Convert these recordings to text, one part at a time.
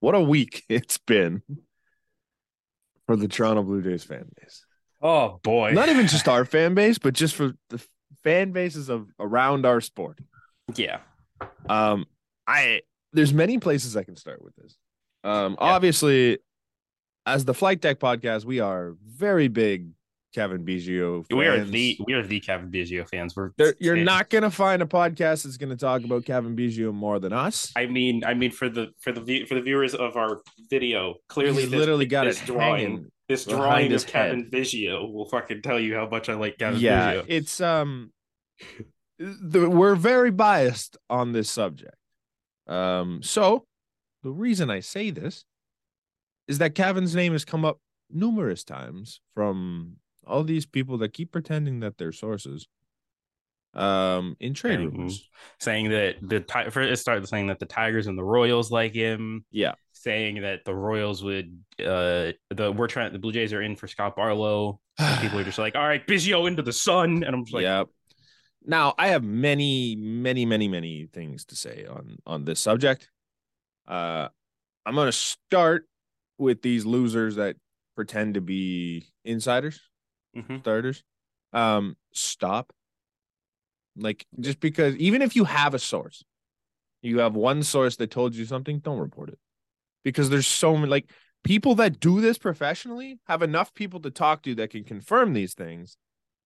What a week it's been for the Toronto Blue Jays fan base. Oh boy. Not even just our fan base, but just for the f- fan bases of around our sport. yeah. Um, I there's many places I can start with this. Um, Yeah. obviously, as the Flight Deck podcast, we are very big Kevin Biggio. Fans. We are the we are the Kevin Biggio fans. We're There- you're fans. not gonna find a podcast that's gonna talk about Kevin Biggio more than us. I mean, I mean for the for the view, for the viewers of our video, clearly He's this- literally got this it drawing. hanging This behind drawing his of Kevin Biggio will fucking tell you how much I like Kevin yeah, Biggio. it's um, the, we're very biased on this subject. Um, so the reason I say this is that Kevin's name has come up numerous times from all these people that keep pretending that they're sources, um, in trade Mhm. rumors. saying that the Ti- for it started saying that the Tigers and the Royals like him. Yeah. Saying that the Royals would uh the we're trying the Blue Jays are in for Scott Barlow. People are just like, all right, Biggio into the sun, and I'm just like, yep. Now I have many, many, many, many things to say on on this subject. Uh, I'm gonna start with these losers that pretend to be insiders, mhm. starters. Um, stop. Like just because even if you have a source, you have one source that told you something, don't report it. Because there's so many like people that do this professionally have enough people to talk to that can confirm these things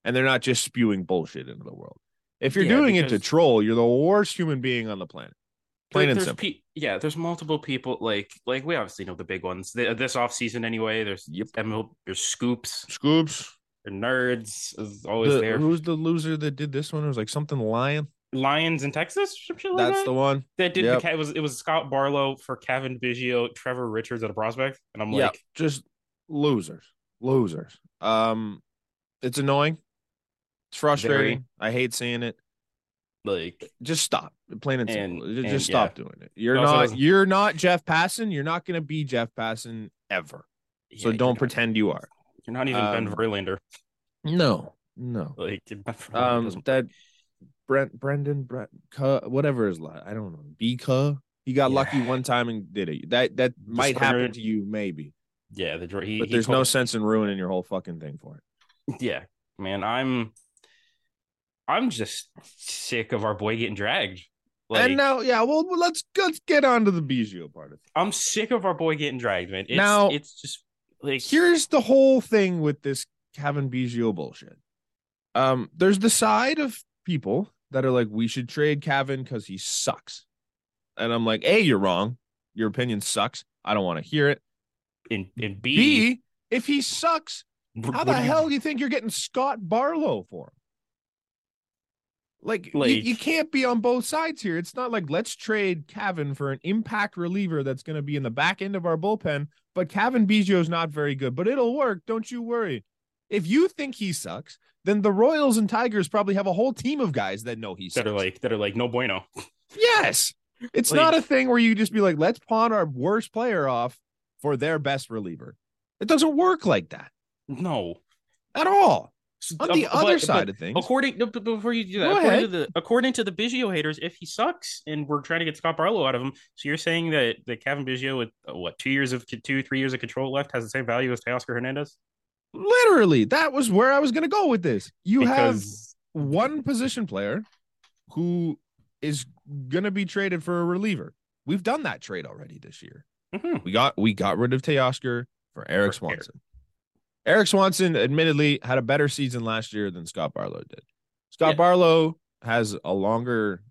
and they're not just spewing bullshit into the world. If you're Yeah, doing it to because- troll, you're the worst human being on the planet. Plain Like, and there's simple. pe- yeah, there's multiple people like like we obviously know the big ones. Th- this offseason anyway, there's Yep. ML, there's scoops, Scoops. there's nerds is always The, there. who's the loser that did this one? It was like something lion. Lions in Texas, some shit like That's that. the one. that did yep. the, it was it was Scott Barlow for Kevin Biggio, Trevor Richards at a prospect, and I'm yeah, like, just losers, losers. Um, it's annoying. It's frustrating. I hate seeing it. like Just stop, plain and simple. And- Ju- and, just stop doing it. You're It also not. doesn't- You're not Jeff Passon. You're not going to be Jeff Passon ever. So yeah, don't you're not- pretend you are. you're not even Ben um, Verlander. No, no. Like Ben Verlander Um, doesn't- that Brent Brendan Brent Cuh, whatever is like I don't know B Cuh. He got Yeah. lucky one time and did it. That that might happen Discovered- to you maybe, yeah, the dra- he, but he there's no told- sense in ruining your whole fucking thing for it. yeah, man, I'm I'm just sick of our boy getting dragged. Like, and now, yeah, well, well, let's let's get on to the Biggio part of it. I'm sick of our boy getting dragged, man. It's, Now- it's just like Here's the whole thing with this Kevin Biggio bullshit. Um, there's the side of people that are like, we should trade Kevin because he sucks, and I'm like, a, you're wrong. Your opinion sucks. I don't want to hear it. in in B, B. if he sucks, w- how what the do you- hell do you think you're getting Scott Barlow for him? Like, you- Like- you, can't be on both sides here. It's not like let's trade Cavan for an impact reliever that's going to be in the back end of our bullpen, but Cavan Biggio's not very good, but it'll work. Don't you worry. If you think he sucks, then the Royals and Tigers probably have a whole team of guys that know he that sucks. are like that are like no bueno. yes. It's Like- not a thing where you just be like, let's pawn our worst player off for their best reliever. It doesn't work like that No. at all. On Uh, the but- other but side of things, According no, but before you do that, Go according ahead. to the according to the Biggio haters, if he sucks and we're trying to get Scott Barlow out of him, so you're saying that that Kevin Biggio with uh, what two years of two three years of control left has the same value as Teoscar Hernandez? literally, that was where I was going to go with this. You because have one position player who is going to be traded for a reliever. We've done that trade already this year. Mhm. We got we got rid of Teoscar for Eric For Eric. Swanson. Eric Swanson admittedly had a better season last year than Scott Barlow did. Scott Yeah. Barlow has a longer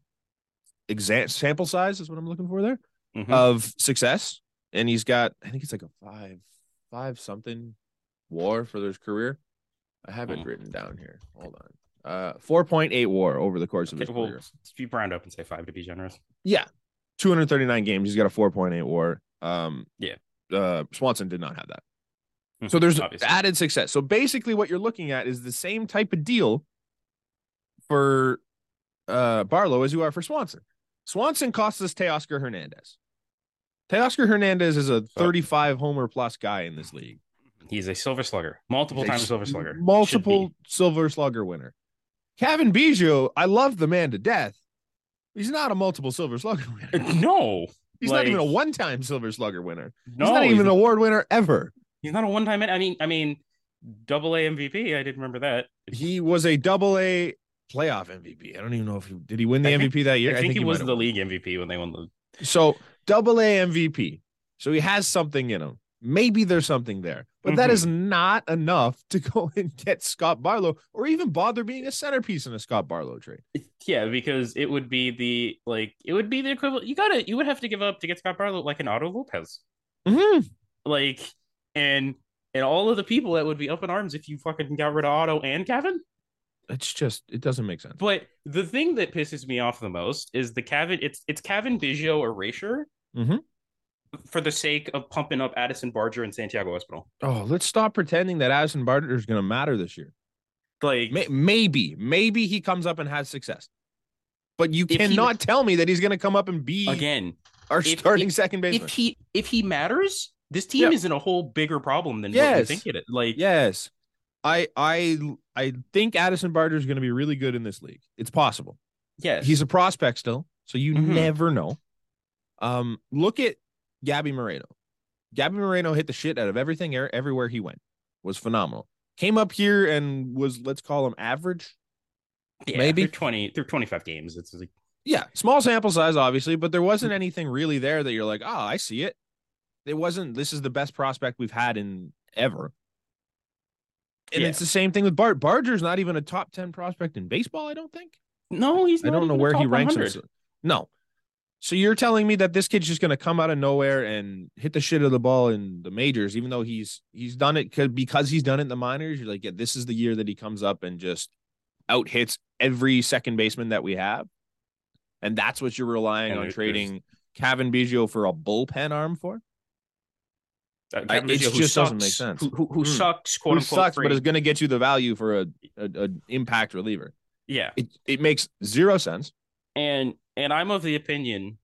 exam sample size is what I'm looking for there Mhm. of success, and he's got I think it's like a five five something WAR for his career. I have it Hmm. written down here. Hold on, uh, four point eight WAR over the course of his Okay, well, career. if you round up and say five to be generous, Yeah, two hundred thirty nine games. He's got a four point eight WAR. Um, Yeah. uh, Swanson did not have that. Mhm, So there's obviously. added success. So basically, what you're looking at is the same type of deal for uh, Barlow as you are for Swanson. Swanson costs us Teoscar Hernandez. Teoscar Hernandez is a 35 homer plus guy in this league. he's a silver slugger, multiple He's a times silver slugger, Should be. Multiple silver slugger winner. Kevin Biggio, I love the man to death. He's not a multiple silver slugger winner. Uh, No, He's Like- not even a one-time Silver Slugger winner. No, he's not even an award winner ever. He's not a one time. I mean, I mean, double A MVP. I didn't remember that. He was a double A playoff MVP. I don't even know if he did he win the I think- MVP that I year. think, he, was might the league MVP when they won the. have. So double A MVP. So he has something in him. Maybe there's something there, but that Mhm. is not enough to go and get Scott Barlow or even bother being a centerpiece in a Scott Barlow trade. Yeah, because it would be the like it would be the equivalent. You gotta you would have to give up to get Scott Barlow like an Otto Lopez, Mm-hmm. Mhm. like and and all of the people that would be up in arms if you fucking got rid of Otto and Kevin. It's just it doesn't make sense. But the thing that pisses me off the most is the Cavin. It's it's Cavin Biggio erasure Mhm. for the sake of pumping up Addison Barger and Santiago Espinal. Oh, let's stop pretending that Addison Barter is going to matter this year. Like May- Maybe, maybe he comes up and has success, but you If he- cannot tell me that he's going to come up and be again, our if- starting second baseman. if he if he matters, this team Yeah. is in a whole bigger problem than what we Yes. think it is. Like Yes. I I I think Addison Barter is going to be really good in this league. It's possible. yes, He's a prospect still, so you Mhm. never know. Um, look at Gabby Moreno. Gabby Moreno hit the shit out of everything er- everywhere he went. Was phenomenal. Came up here and was let's call him average. yeah, maybe. through twenty through twenty five games. It's like Yeah, small sample size obviously, but there wasn't anything really there that you're like, "Oh, I see it." It wasn't this is the best prospect we've had in ever. And Yeah. it's the same thing with Bart. Barger's not even a top 10 prospect in baseball, I don't think. no, he's. I Not don't know even a where he top ranks 100. himself. No. So you're telling me that this kid's just going to come out of nowhere and hit the shit out of the ball in the majors, even though he's he's done it 'cause- because he's done it in the minors. You're like, yeah, this is the year that he comes up and just out hits every second baseman that we have, and that's what you're relying And on there's- trading Kevin Biggio for a bullpen arm for. Uh, I- Kevin it Biggio, who just doesn't make sucks- sense. Who, who, who Mm. sucks? Quote Who unquote. sucks, free. but is going to get you the value for a, a, a impact reliever. yeah, It it makes zero sense. and and I'm of the opinion.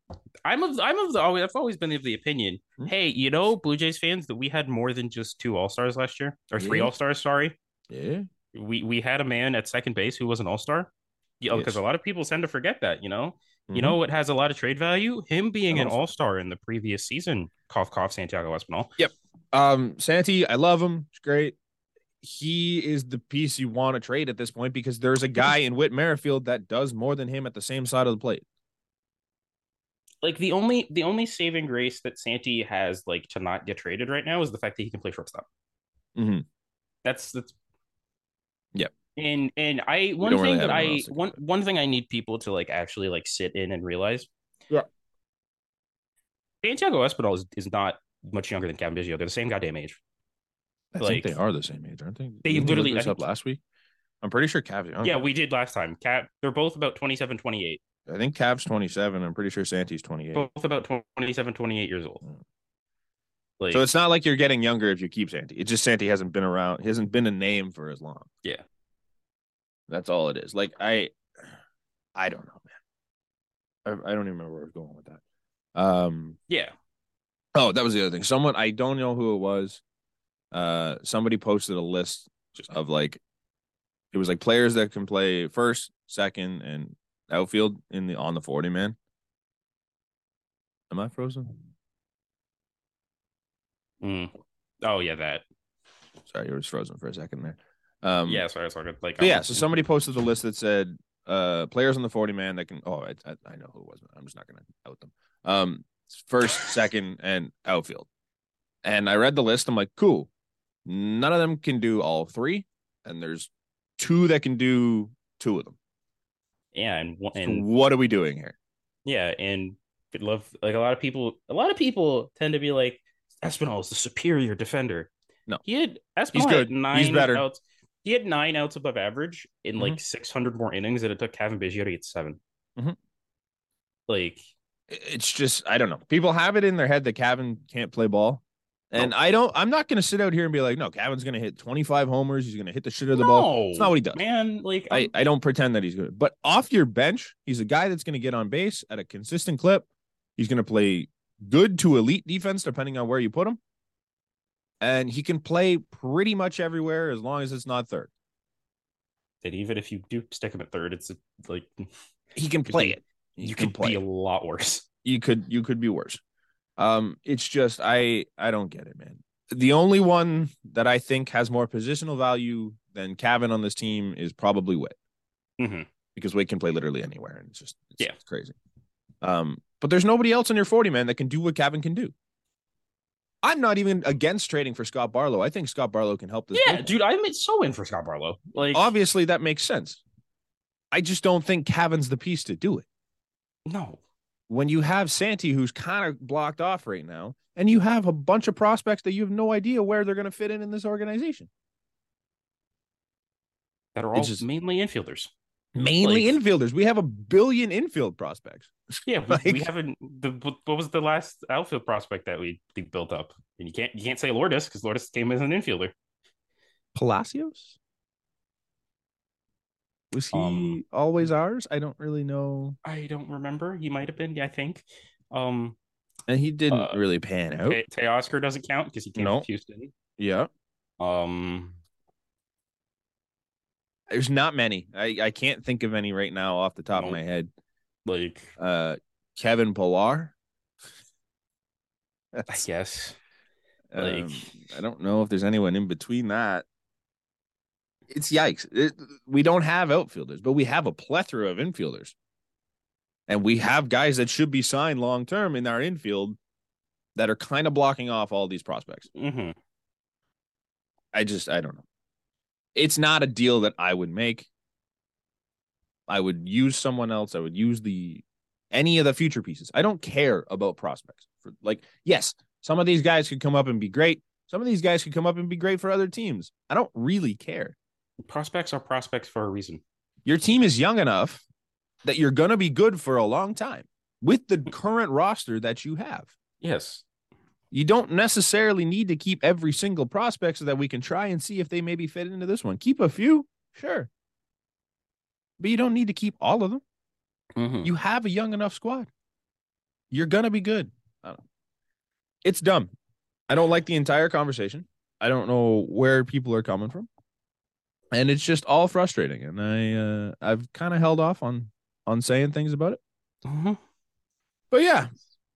I'm of I'm of the always I've always been of the opinion. Hmm. Hey, you know, Blue Jays fans, that we had more than just two All Stars last year or three Yeah. All Stars. Sorry, Yeah, we we had a man at second base who was an All Star. Yeah, because Yes. Mm-hmm. a lot of people tend to forget that. You know, You know what has a lot of trade value? Him being An an all star in the previous season. Cough, cough, Santiago Espinal. Um, Santi, I love him. It's great. He is the piece you want to trade at this point because there's a guy in Whit Merrifield that does more than him at the same side of the plate. Like the only the only saving grace that Santi has like to not get traded right now is the fact that he can play shortstop. Mhm. That's that's Yep. And and I one don't thing really have that anyone I else to go one one thing I need people to like actually like sit in and realize. Yeah. Santiago Espinal is, is not much younger than Kevin Biggio. They're the same goddamn age. I Like- think they are the same age, aren't they? They Didn't we literally- look this I up think- last week. I'm pretty sure Cavs. I'm- Yeah, we did last time. Cap, they're both about 27, 28. I think Cavs 27. I'm pretty sure Santi's 28. both about 27 28 years old Mm. like So it's not like you're getting younger if you keep Santi. It's just Santi hasn't been around. He hasn't been a name for as long. Yeah. That's all it is. Like I, I don't know, man. I, I don't even remember where I was going with that. Um, yeah Oh, that was the other thing. Someone I don't know who it was. Uh, somebody posted a list of like, it was like players that can play first, second, and outfield in the on the forty man. Am I frozen? Mm. oh yeah that Sorry, I was frozen for a second there. Um, yeah sorry sorry like but I yeah. was- So somebody posted the list that said uh players on the forty man that can. Oh, I, I, I know who it was. But I'm just not gonna out them. Um, first, second, and outfield. And I read the list. I'm like, cool. None of them can do all three, and there's two that can do two of them. yeah and one- So and what are we doing here? yeah and good love like a lot of people a lot of people tend to be like espinal is the superior defender No. he had espinal He's had good. He's nine better. Mm-hmm. outs he had nine outs above average in like 600 more innings than it took Kevin Biggio to get 7 Mhm. like it's just I don't know. People have it in their head that Cavan can't play ball. And I don't I'm not gonna sit out here and be like, no, Cavan's gonna hit 25 homers, he's gonna hit the shit out of the ball. It's no, not what he does. man like I, I don't pretend that he's good. But off your bench, he's a guy that's gonna get on base at a consistent clip. He's gonna play good to elite defense, depending on where you put him. And he can play pretty much everywhere as long as it's not third. that even if you do stick him at third it's like He can Could play be- it. He you could play be it. a lot worse. you could you could be worse. Um, it's just I I don't get it, man. The only one that I think has more positional value than Cavan on this team is probably Witt Mm-hmm. Mhm. because Wade can play literally anywhere, and it's just it's, Yeah. it's crazy. Um, but there's nobody else in your 40 man that can do what Cavan can do. I'm not even against trading for Scott Barlow. I think Scott Barlow can help this. Yeah, bullpen. dude, I'm so in for Scott Barlow. Like, Obviously, that makes sense. I just don't think Cavan's the piece to do it. no, When you have Santi, who's kind of blocked off right now, and you have a bunch of prospects that you have no idea where they're going to fit in in this organization, that are It's all just- mainly infielders. mainly Like- infielders. We have a billion infield prospects. Yeah, we, we Like- haven't. The what was the last outfield prospect that we, we built up? And you can't you can't say Lourdes because Lourdes came as an infielder. Palacios? Was he Um, always ours? I don't really know. I don't remember. He might have been. Yeah, I think. Um, And he didn't Uh, really pan out. Te- Teoscar doesn't count because he came No. from Houston. Yeah. Um, There's not many. I, I can't think of any right now off the top of Nope. my head. like Uh Kevin Pilar. I That's- guess um, like- I don't know if there's anyone in between that. It's yikes. It- we don't have outfielders, but we have a plethora of infielders. And we have guys that should be signed long term in our infield that are kind of blocking off all these prospects. mhm. I just I don't know. It's not a deal that I would make. I would use someone else. I would use the any of the future pieces. I don't care about prospects. For like, yes, some of these guys could come up and be great. Some of these guys could come up and be great for other teams. I don't really care. prospects are prospects for a reason. Your team is young enough that you're gonna be good for a long time with the current roster that you have. Yes, You don't necessarily need to keep every single prospect so that we can try and see if they maybe fit into this one. Keep a few, sure. But you don't need to keep all of them. Mhm. You have a young enough squad. You're going to be good. I don't know. It's dumb. I don't like the entire conversation. I don't know where people are coming from. And it's just all frustrating and I uh, I've kind of held off on on saying things about it. Mhm. But yeah,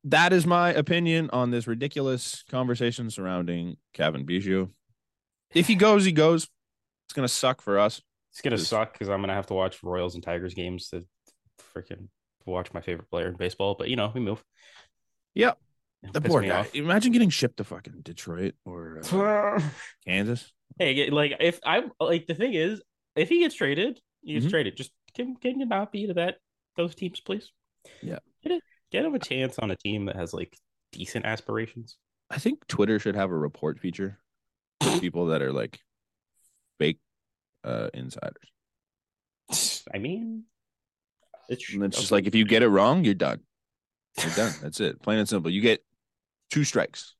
that is my opinion on this ridiculous conversation surrounding Kevin Bijou. If he goes, he goes. It's gonna suck for us. it's gonna Just- suck because I'm gonna have to watch Royals and Tigers games to freaking watch my favorite player in baseball. But you know, we move. Yep. It'll The piss poor me guy. off. Imagine getting shipped to fucking Detroit or uh, Kansas. hey, get- like if I like the thing is, if he gets traded, he gets Mhm. traded. Just can can you not be to that those teams, please? Yeah. get it, get him a chance on a team that has like decent aspirations. I think Twitter should have a report feature for people that are like fake uh insiders. I mean, it's And it's just like if you get it wrong, you're done. You're done. That's it. Plain and simple. You get two strikes.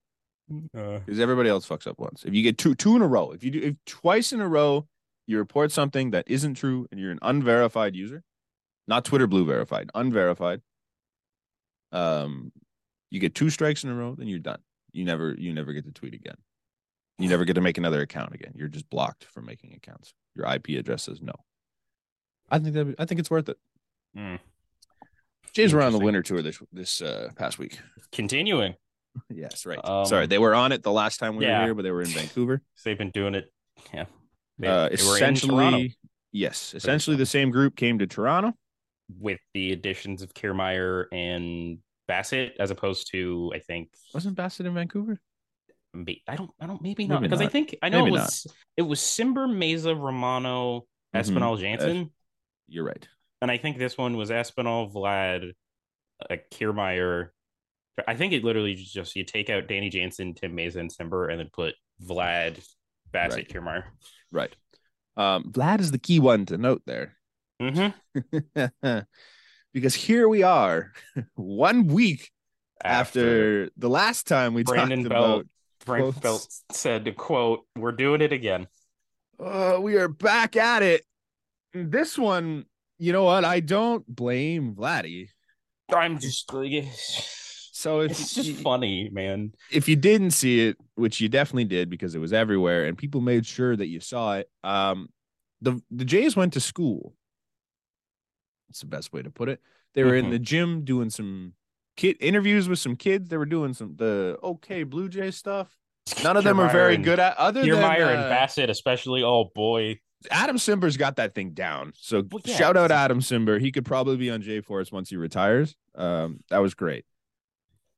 Uh, because everybody else fucks up once. If you get two two in a row, if you do if twice in a row you report something that isn't true and you're an unverified user, not Twitter blue verified, unverified, um, you get two strikes in a row, then you're done. You never you never get to tweet again. You never get to make another account again. You're just blocked from making accounts. Your IP address says no. I think that I think it's worth it. mm. Jays were on the Interesting. winter tour this this uh, past week. Continuing, Yes, right. Um, Sorry, they were on it the last time we yeah. were here, but they were in Vancouver. 'cause they've been doing it. Yeah, They- they uh, were in Toronto essentially yes essentially the same group came to toronto with the additions of Kiermaier and Bassett, as opposed to I think wasn't bassett in vancouver May- I don't, I don't, maybe not Maybe because I not. think I know Maybe it was it was Simber, Mesa, Romano, Mhm. Espinal, Jansen, you're right and I think this one was Espinal, Vlad, uh, Kiermaier. I think it literally is just you take out Danny Jansen, Tim Mesa, and Simber, and then put Vlad, Bassett, Right. Kiermaier. right um vlad is the key one to note there Mm-hmm. because here we are one week after, the last time we Brandon talked Belt. about Frank quotes. Felt said, "Quote: We're doing it again." Uh, we are back at it this one you know what i don't blame vladdy I'm just like, so if it's just you- funny, man. if you didn't see it, which you definitely did because it was everywhere and people made sure that you saw it, um, the the Jays went to school. That's the best way to put it. They were in Mhm. the gym doing some kid interviews with some kids. They were doing some the okay Blue Jay stuff. None of them are very good at other than Kiermaier and uh, Bassett, especially. Oh boy, Adam Simber's got that thing down. So Well, yeah. shout out Adam Simber. He could probably be on J Force once he retires. Um, that was great.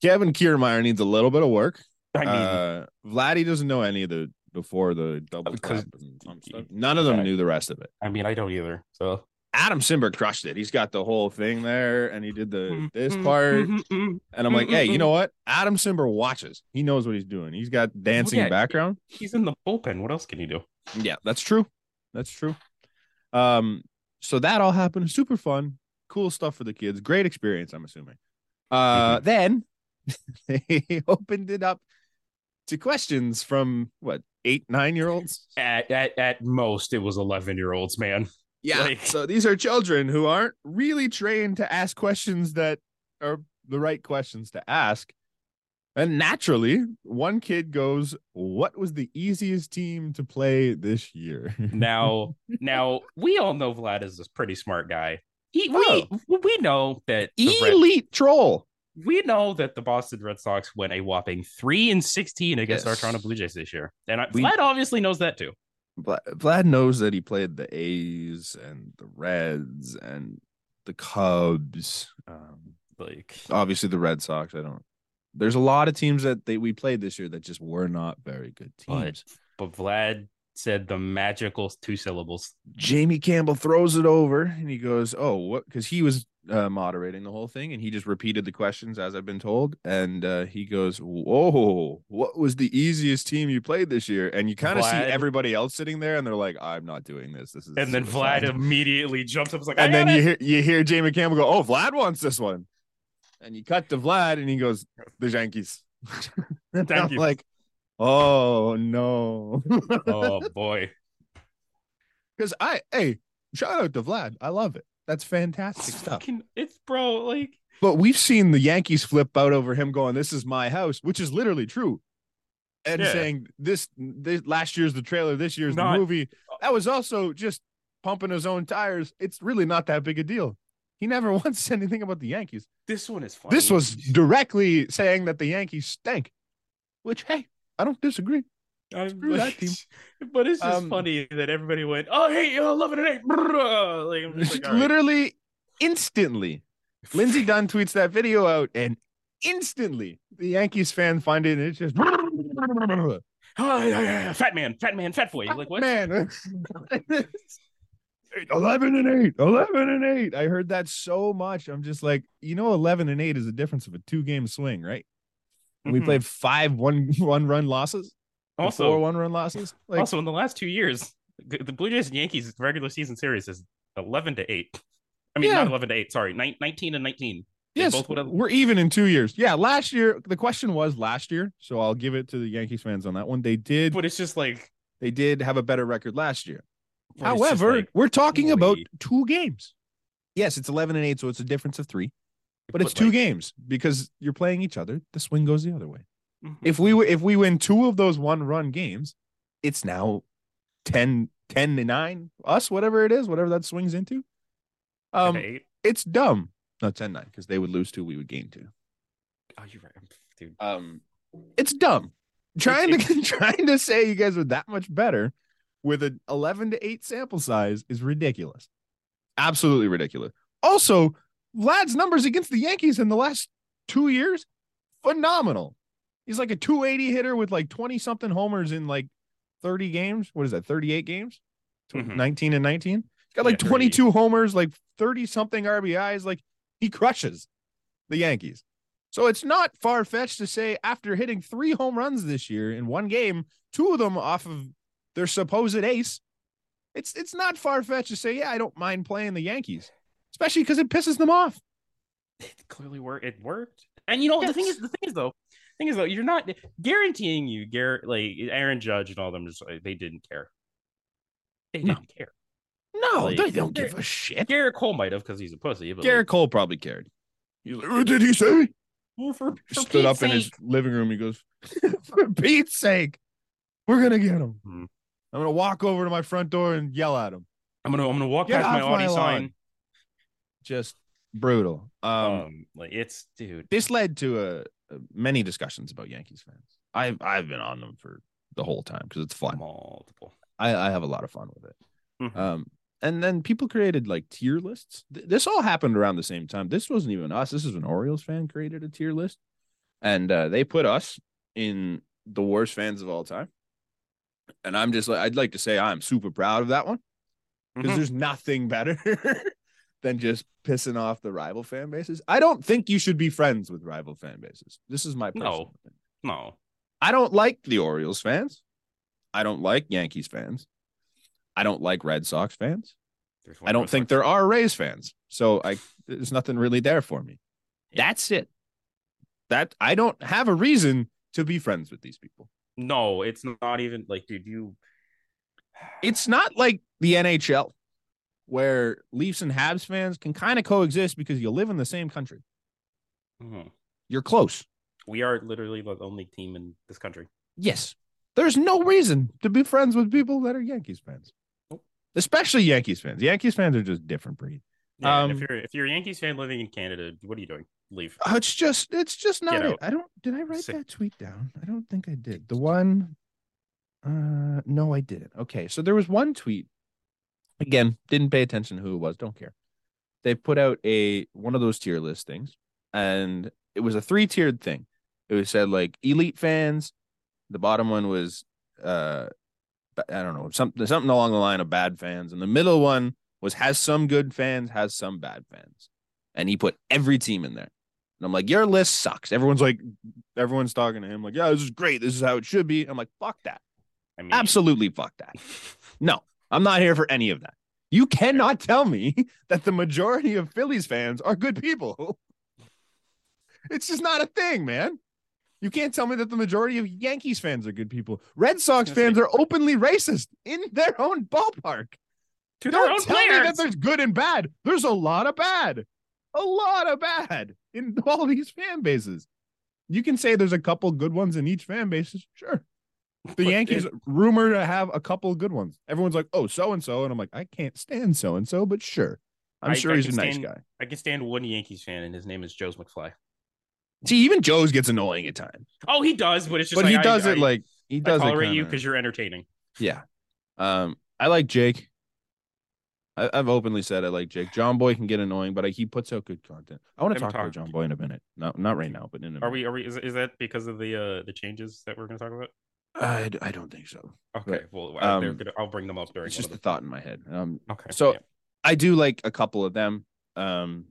Kevin Kiermeyer needs a little bit of work. I mean, uh, Vladdy doesn't know any of the before the double Because- tap. and thumb stuff. None of them Yeah. knew the rest of it. I mean, I don't either. So Adam Simber crushed it. He's got the whole thing there, and he did Mm-hmm. the this part. And I'm like, hey, you know what? Adam Simber watches. He knows what he's doing. He's got dancing yeah. background. He's in the bullpen. What else can he do? Yeah, that's true. That's true. Um, so that all happened. Super fun, cool stuff for the kids. Great experience, I'm assuming. Uh, then they opened it up to questions from what eight, nine year olds. At at, at most, it was eleven year olds, man. Yeah. Like- so these are children who aren't really trained to ask questions that are the right questions to ask. And naturally, one kid goes, What was the easiest team to play this year? Now, now we all know Vlad is a pretty smart guy. He, we we know that the Red- Elite troll. we know that the Boston Red Sox went a whopping three and sixteen against Yes. our Toronto Blue Jays this year, and I, We- Vlad obviously knows that too. Vlad, Vlad knows that he played the A's and the Reds and the Cubs. Um, Like, obviously, the Red Sox. I don't. There's a lot of teams that they, we played this year that just were not very good but teams. but Vlad said the magical two syllables. Jamie Campbell throws it over and he goes, "Oh, what?" Because he was uh, moderating the whole thing and he just repeated the questions as I've been told. And uh, he goes, "Whoa, what was the easiest team you played this year?" And you kind of see Vlad- everybody else sitting there and they're like, "I'm not doing this. This is." And then suicide." Vlad immediately jumps up, was like, and I then got you it. hear you hear Jamie Campbell go, "Oh, Vlad wants this one," and you cut to Vlad, and he goes, "The Yankees." And Thank I'm you. Like, oh no, oh boy, because I hey, shout out to Vlad. I love it. That's fantastic stuff. Fucking- it's bro, like But we've seen the Yankees flip out over him going, "This is my house," which is literally true, and Yeah. saying this, this last year's the trailer, this year's Not- the movie. That was also just pumping his own tires. It's really not that big a deal. He never once said anything about the Yankees. this one is funny. This was directly saying that the Yankees stank, which hey, I don't disagree. I'm- screw that team. but it's just Um, funny that everybody went, oh hey, uh, eleven and eight. Brr. Like I'm just like, all right. Literally, instantly, Lindsey Dunn tweets that video out, and instantly the Yankees fan find it, and it's just Oh, yeah, yeah, yeah. fat man, fat man, fat boy. Like what? man. Eight, 11 and 8 11 and 8 i heard that so much i'm just like you know 11 and 8 is the difference of a two game swing right And we Mhm. played five one one run losses four also one run losses like also in the last two years, the, the Blue Jays and Yankees regular season series is eleven to eight. I mean, Yeah. not eleven to eight. Sorry, nine, nineteen and nineteen. They Yes, both would have- we're even in two years. Yeah, last year the question was last year, so I'll give it to the Yankees fans on that one. They did, But it's just like. they did have a better record last year. it's just However, like, we're talking about holy- two games. Yes, it's eleven and eight, so it's a difference of three, but it's like- two games because you're playing each other. The swing goes the other way. Mhm. If we w- if we win two of those one run games, it's now 10, 10 to nine us, whatever it is, whatever that swings into. Um, Okay, eight. it's dumb. No, 10 9 because they would lose two, we would gain two. Oh, you're right, I'm- dude. um it's dumb trying to trying to say you guys are that much better with an 11 to 8 sample size is ridiculous absolutely ridiculous also vlad's numbers against the yankees in the last two years phenomenal he's like a 280 hitter with like 20 something homers in like 30 games what is that 38 games Tw- Mhm. 19 and 19 he's got like Yeah, 38. 22 homers like 30 something rbis like he crushes the yankees so it's not far fetched to say after hitting three home runs this year in one game, two of them off of their supposed ace, it's it's not far fetched to say, yeah, I don't mind playing the Yankees, especially because it pisses them off. it clearly worked. It worked. And you know the thing is, Yes. the thing is though, thing is though, you're not guaranteeing you, Garrett, like Aaron Judge and all them, just like, they didn't care. They No. didn't care. No, Like, they don't they're- give a shit. Garrett Cole might have because he's a pussy. But Garrett Cole probably cared. He's like, what did he say? like, for, for Stood Pete's up in his sake. living room. He goes, for Pete's sake, we're gonna get him. Hmm. I'm gonna walk over to my front door and yell at him. I'm gonna I'm gonna walk Get past my off my Audi lawn. sign. Just brutal. Um, Um, like it's dude. this led to a, a- many discussions about Yankees fans. I've I've been on them for the whole time because it's fun. Multiple. I, I have a lot of fun with it. Mhm. Um, and then people created like tier lists. Th- this all happened around the same time. This wasn't even us. This is an Orioles fan created a tier list, and uh, they put us in the worst fans of all time. And I'm just like, I'd like to say I'm super proud of that one because Mhm. there's nothing better than just pissing off the rival fan bases. I don't think you should be friends with rival fan bases. This is my No. personal opinion. No. I don't like the Orioles fans. I don't like Yankees fans. I don't like Red Sox fans. There's I don't think there are Rays fans. So I there's nothing really there for me. That's it. That I don't have a reason to be friends with these people. No, it's not even like, dude. You. It's not like the NHL where Leafs and Habs fans can kind of coexist because you live in the same country. Mhm. You're close. We are literally the only team in this country. Yes. There's no reason to be friends with people that are Yankees fans. Especially Yankees fans. Yankees fans are just different breed. Yeah, and Um, if you're if you're a Yankees fan living in Canada, what are you doing? Leave. Oh, it's just it's just not Get it. out. I don't did I write Sick. that tweet down? I don't think I did. The one uh no, I didn't. Okay. So there was one tweet. Again, didn't pay attention who it was, don't care. They put out a one of those tier list things, and it was a three-tiered thing. It was said like elite fans. The bottom one was uh ba- I don't know, something something along the line of bad fans, and the middle one was has some good fans, has some bad fans. And he put every team in there. And I'm like, your list sucks. Everyone's like, everyone's talking to him, like, yeah, this is great. This is how it should be. I'm like, fuck that. I mean, Absolutely fuck that. No, I'm not here for any of that. You cannot tell me that the majority of Phillies fans are good people. It's just not a thing, man. You can't tell me that the majority of Yankees fans are good people. Red Sox I was gonna fans are openly racist in their own ballpark. to Don't their own tell me that players. there's good and bad. There's a lot of bad, a lot of bad in all these fan bases. You can say there's a couple good ones in each fan bases, sure. The But Yankees it- rumor to have a couple good ones. Everyone's like, "Oh, so and so," and I'm like, "I can't stand so and so," but sure, I'm I- sure I he's a can nice stand- guy. I can stand one Yankees fan, and his name is Joe's McFly. See, even Joe's gets annoying at times, Oh, he does, but it's just but like, he I- does I, it like he I does it. tolerate you kinda- because you're entertaining. Yeah. Um, I like Jake. I, I've openly said I like Jake. John Boy can get annoying, but I, he puts out good content. I want to Haven't talk about talked- John Boy in a minute. No, not right now, but in a Are minute. we? Are we? Is, is that because of the uh the changes that we're going to talk about? I, d- I don't think so. Okay, well, I- um, they're gonna, I'll bring them up during. It's one just a of thought in my head. Um, the, okay. so yeah. I do like a couple of them. Um,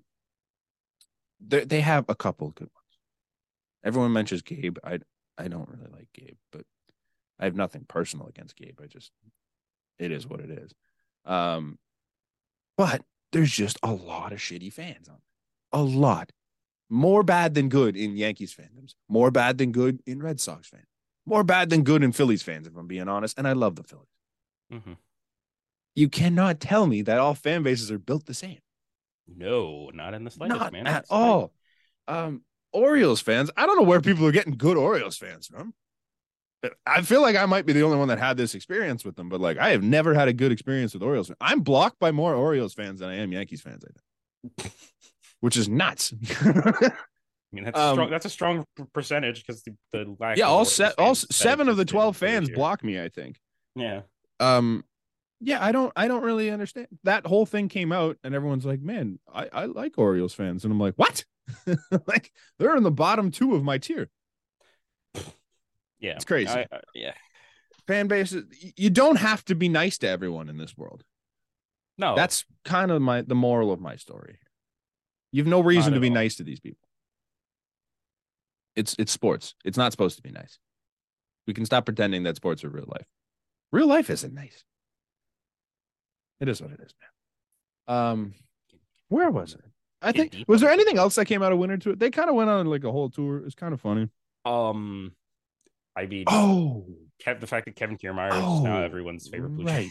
they they have a couple good ones. Everyone mentions Gabe. I I don't really like Gabe, but I have nothing personal against Gabe. I just it is what it is. Um, but there's just a lot of shitty fans on a lot more bad than good in Yankees fandoms, more bad than good in Red Sox fans, more bad than good in Phillies fans. If I'm being honest, and I love the Phillies Mhm. you cannot tell me that all fan bases are built the same. no, not in the slightest, Not man. at It's like- all. Um, Orioles fans, I don't know where people are getting good Orioles fans from. I feel like I might be the only one that had this experience with them, but like I have never had a good experience with Orioles. I'm blocked by more Orioles fans than I am Yankees fans, I think, which is nuts. I mean, that's Um, a strong. That's a strong p- percentage because the, the lack. yeah, of all Orioles set, all fans s- that seven of the existed twelve earlier fans year. block me. I think. Yeah, um yeah i don't i don't really understand that whole thing came out and everyone's like man i i like orioles fans and i'm like what like they're in the bottom two of my tier yeah, It's crazy. I- I- yeah, fan bases you don't have to be nice to everyone in this world no, that's kind of my the moral of my story you've no reason Not to at be all. nice to these people it's it's sports it's not supposed to be nice we can stop pretending that sports are real life real life isn't nice it is what it is man um Where was it? I Get think deep was on there it. anything else that came out of Winter Tour? They kind of went on like a whole tour. It's kind of funny. Um, I mean, Oh, Kev, the fact that Kevin Kiermaier Oh, is now everyone's favorite blue right.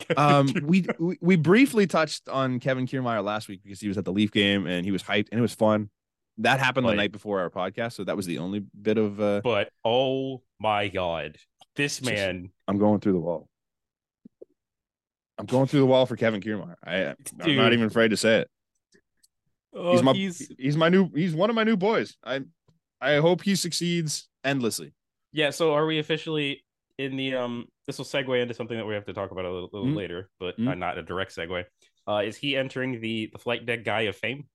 Jay. Um, we, we we briefly touched on Kevin Kiermaier last week because he was at the Leaf game and he was hyped and it was fun. That happened the Right. night before our podcast, so that was the only bit of uh, but oh my god, this Just- man, I'm going through the wall. I'm going through the wall for Kevin Kiermaier. I I'm not Dude. even afraid to say it. Oh, he's my he's- he's my new he's one of my new boys. I I hope he succeeds endlessly. yeah. So are we officially in the um? This will segue into something that we have to talk about a little, little Mm. later, but Mm. uh, not a direct segue. Uh, is he entering the the flight deck guy of fame?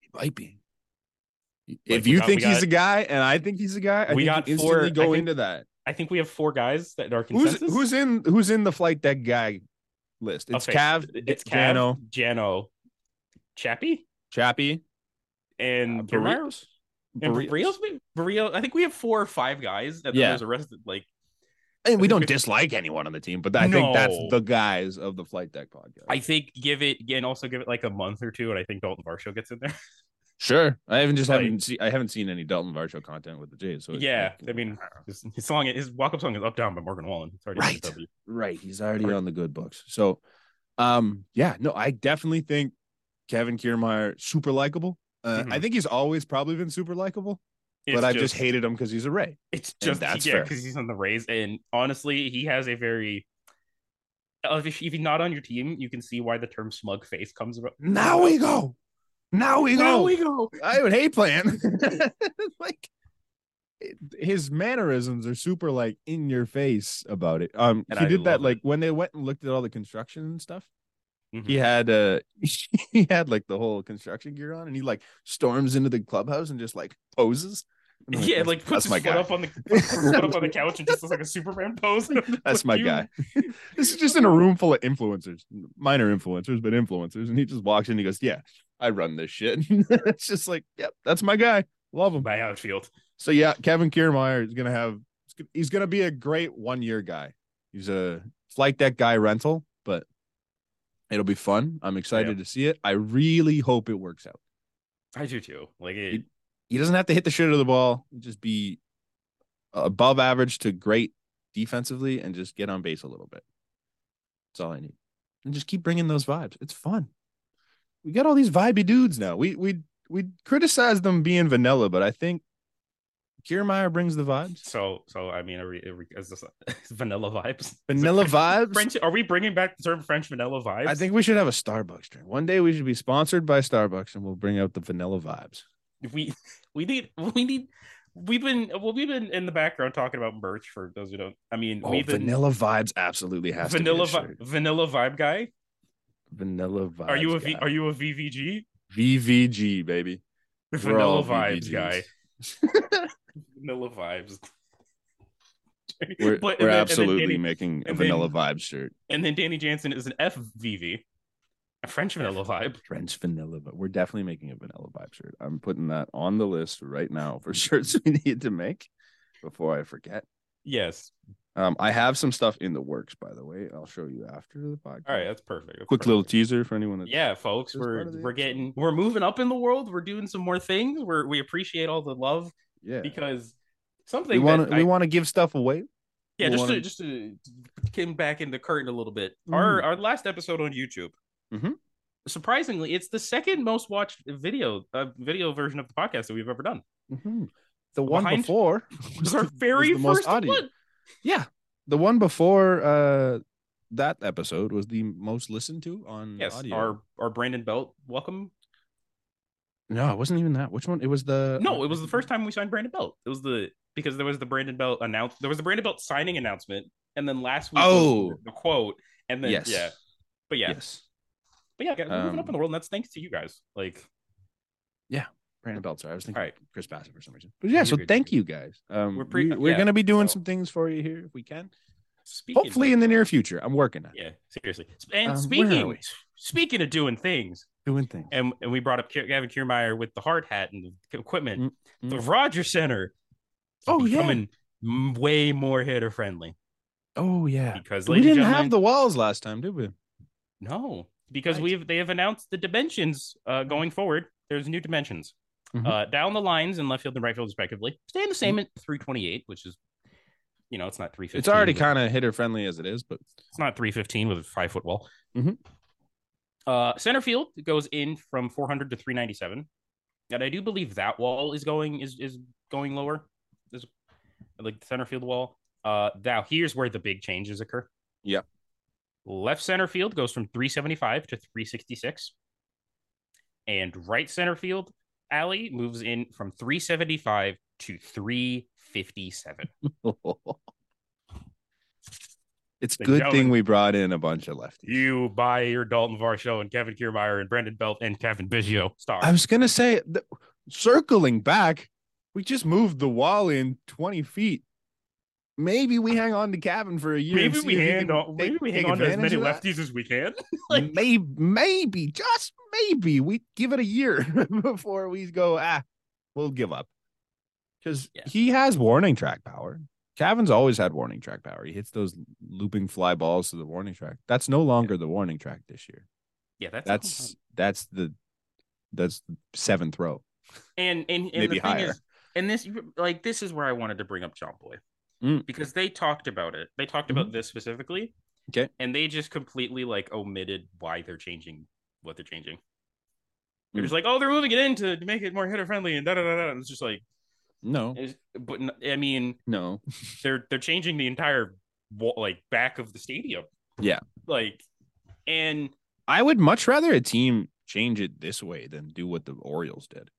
He might be. Like, If we you got- think we he's got- a guy and I think he's a guy, I We think got you four- instantly I go think- into that. I think we have four guys that are Who's consensus. who's in who's in the flight deck guy list? It's Okay, Cav, It's D- Cav, Dano, Jano, Chappie, Chappie, and Uh, Kiermaier? Barrios. And Barrios, maybe? Barrios. I think we have four or five guys, and then Yeah. there's the rest of like I And we think don't we- dislike anyone on the team, but I think that's No. the guys of the flight deck podcast. I think give it and also give it like a month or two, and I think Dalton Varsho gets in there. sure, I haven't just Like- haven't seen I haven't seen any Dalton Varsho content with the Jays. So it's yeah, like- I mean his, his song, his walk-up song is "Up Down" by Morgan Wallen. It's already Right. Right. He's already on the good books. So um yeah, no, I definitely think Kevin Kiermeyer super likable. Uh, I Mhm. think he's always probably been super likable, but I've just hated him because he's a Ray. It's and just that's yeah, fair. because he's on the Rays, and honestly, he has a very. uh, If, if you're not on your team, you can see why the term "smug face" comes about. Now we go. Now we Now go. we go. I would hate playing. like it- his mannerisms are super like in your face about it. Um And he I did love that it. like when they went and looked at all the construction and stuff. Mhm. he had uh he had like the whole construction gear on and he like storms into the clubhouse and just like poses And I'm Yeah, "That's- like puts that's his my foot guy up on the puts his foot up on the couch and just does like a Superman pose. that's my You- guy this is just in a room full of influencers minor influencers but influencers and he just walks in and he goes yeah i run this shit it's just like yep that's my guy love him My outfield. so yeah kevin kiermeyer is gonna have he's gonna be a great one year guy he's a flight deck guy rental but it'll be fun i'm excited to see it i really hope it works out I do too. Like It- it, he doesn't have to hit the shit out of the ball. Just be above average to great defensively and just get on base a little bit. That's all I need. And just keep bringing those vibes. It's fun. We got all these vibey dudes now. We we we criticize them being vanilla, but I think Kiermaier brings the vibes. So, so I mean, are we, are we is this vanilla vibes? Vanilla Is it vibes. French, French- Are we bringing back the term French vanilla vibes? I think we should have a Starbucks drink. One day we should be sponsored by Starbucks and we'll bring out the vanilla vibes. we we need we need we've been well we've been in the background talking about merch for those who don't. I mean, Oh, we've been vanilla vibes absolutely has vanilla to be a vi- shirt. vanilla vibe guy. vanilla vibes. are you a v- guy. are you a VVG? VVG baby? We're all Vanilla vibes guy. Vanilla vibes. But- and We're, we're then- and then absolutely Danny- making a and vanilla vibe shirt. and then Danny Jansen is an FVV, a French vanilla vibe. French vanilla, but we're definitely making a vanilla vibe shirt. I'm putting that on the list right now for shirts we need to make before I forget. Yes. Um, I have some stuff in the works, by the way. I'll show you after the podcast. All right, that's perfect. That's Quick little perfect. teaser for anyone. That's, yeah folks That's part we're of the we're episode. getting we're moving up in the world we're doing some more things we're we appreciate all the love yeah. because something We want that to I- we want to give stuff away. yeah we just wanna- to, just to came back in the curtain a little bit Mm. our our last episode on youtube Mhm. surprisingly it's the second most watched video uh, video version of the podcast that we've ever done Mhm. The one Behind- before it was our very the most first audio. one Yeah. The one before uh that episode was the most listened to on yes Mm, audio. our our brandon belt welcome No, it wasn't even that. Which one? It was the no it was the first time we signed brandon belt it was the because there was the brandon belt announce there was the brandon belt signing announcement and then last week was Oh. the quote and then Yes. yeah But yeah, Yes. but yeah, guys, we're moving up Um, in the world, and that's thanks to you guys. Like, Brandon Beltzer. I was thinking all right, Chris Bassett for some reason. But yeah, You're so good, thank you're you guys. Um, We're we're pre- we, are yeah, going to be doing so- some things for you here if we can. speaking Hopefully in the near future. I'm working on it. yeah, seriously. And Um, where are speaking we? speaking of doing things, doing things. and and we brought up Kier- Gavin Kiermeyer with the hard hat and the equipment. Mm, The mm. Roger Center, is Oh, yeah. becoming m- way more hitter friendly Oh yeah. because We ladies and didn't have gentlemen- the walls last time, did we? no because Right. Mm-hmm. we've they have announced the dimensions uh, going forward. There's new dimensions. Mhm. Uh, down the lines in left field and right field respectively. Staying the same at 328, which is, you know, it's not 350. Mm-hmm. It's already kind of hitter friendly as it is, but it's not 315 with a five foot wall. Mhm. Uh, center field goes in from 400 to 397, and I do believe that wall is going is is going lower. Is like the center field wall. Uh, now here's where the big changes occur. Yep. Left center field goes from 375 to 366. and right center field alley moves in from 375 to 357. it's They good don't. thing we brought in a bunch of lefties. You buy your Dalton Varsho and Kevin Kiermeyer and Brandon Belt and Kevin Biggio stars. I was gonna say, th- circling back, we just moved the wall in twenty feet. Maybe we hang on to Cabin for a year. and maybe see we if he hand can on, take- maybe we hang take on to as advantage many of that. lefties as we can. like- maybe, maybe, just maybe, we give it a year before we go. Ah, we'll give up because Yeah. he has warning track power. Cavin's always had warning track power. He hits those looping fly balls to the warning track. That's no longer the warning track this year. Yeah, that's That's that's the that's the seventh row. and and, and Maybe the thing higher. is and this like this is where I wanted to bring up John Boy Mm. Mm-hmm. because they talked about it. They talked about this specifically. Okay. And they just completely like omitted why they're changing what they're changing. They're Mm. just like, oh, they're moving it in to make it more hitter friendly and da da da da. And It's just like, No, it's, but n- I mean, no. they're they're changing the entire wa- like back of the stadium. Yeah. Like, and I would much rather a team change it this way than do what the Orioles did,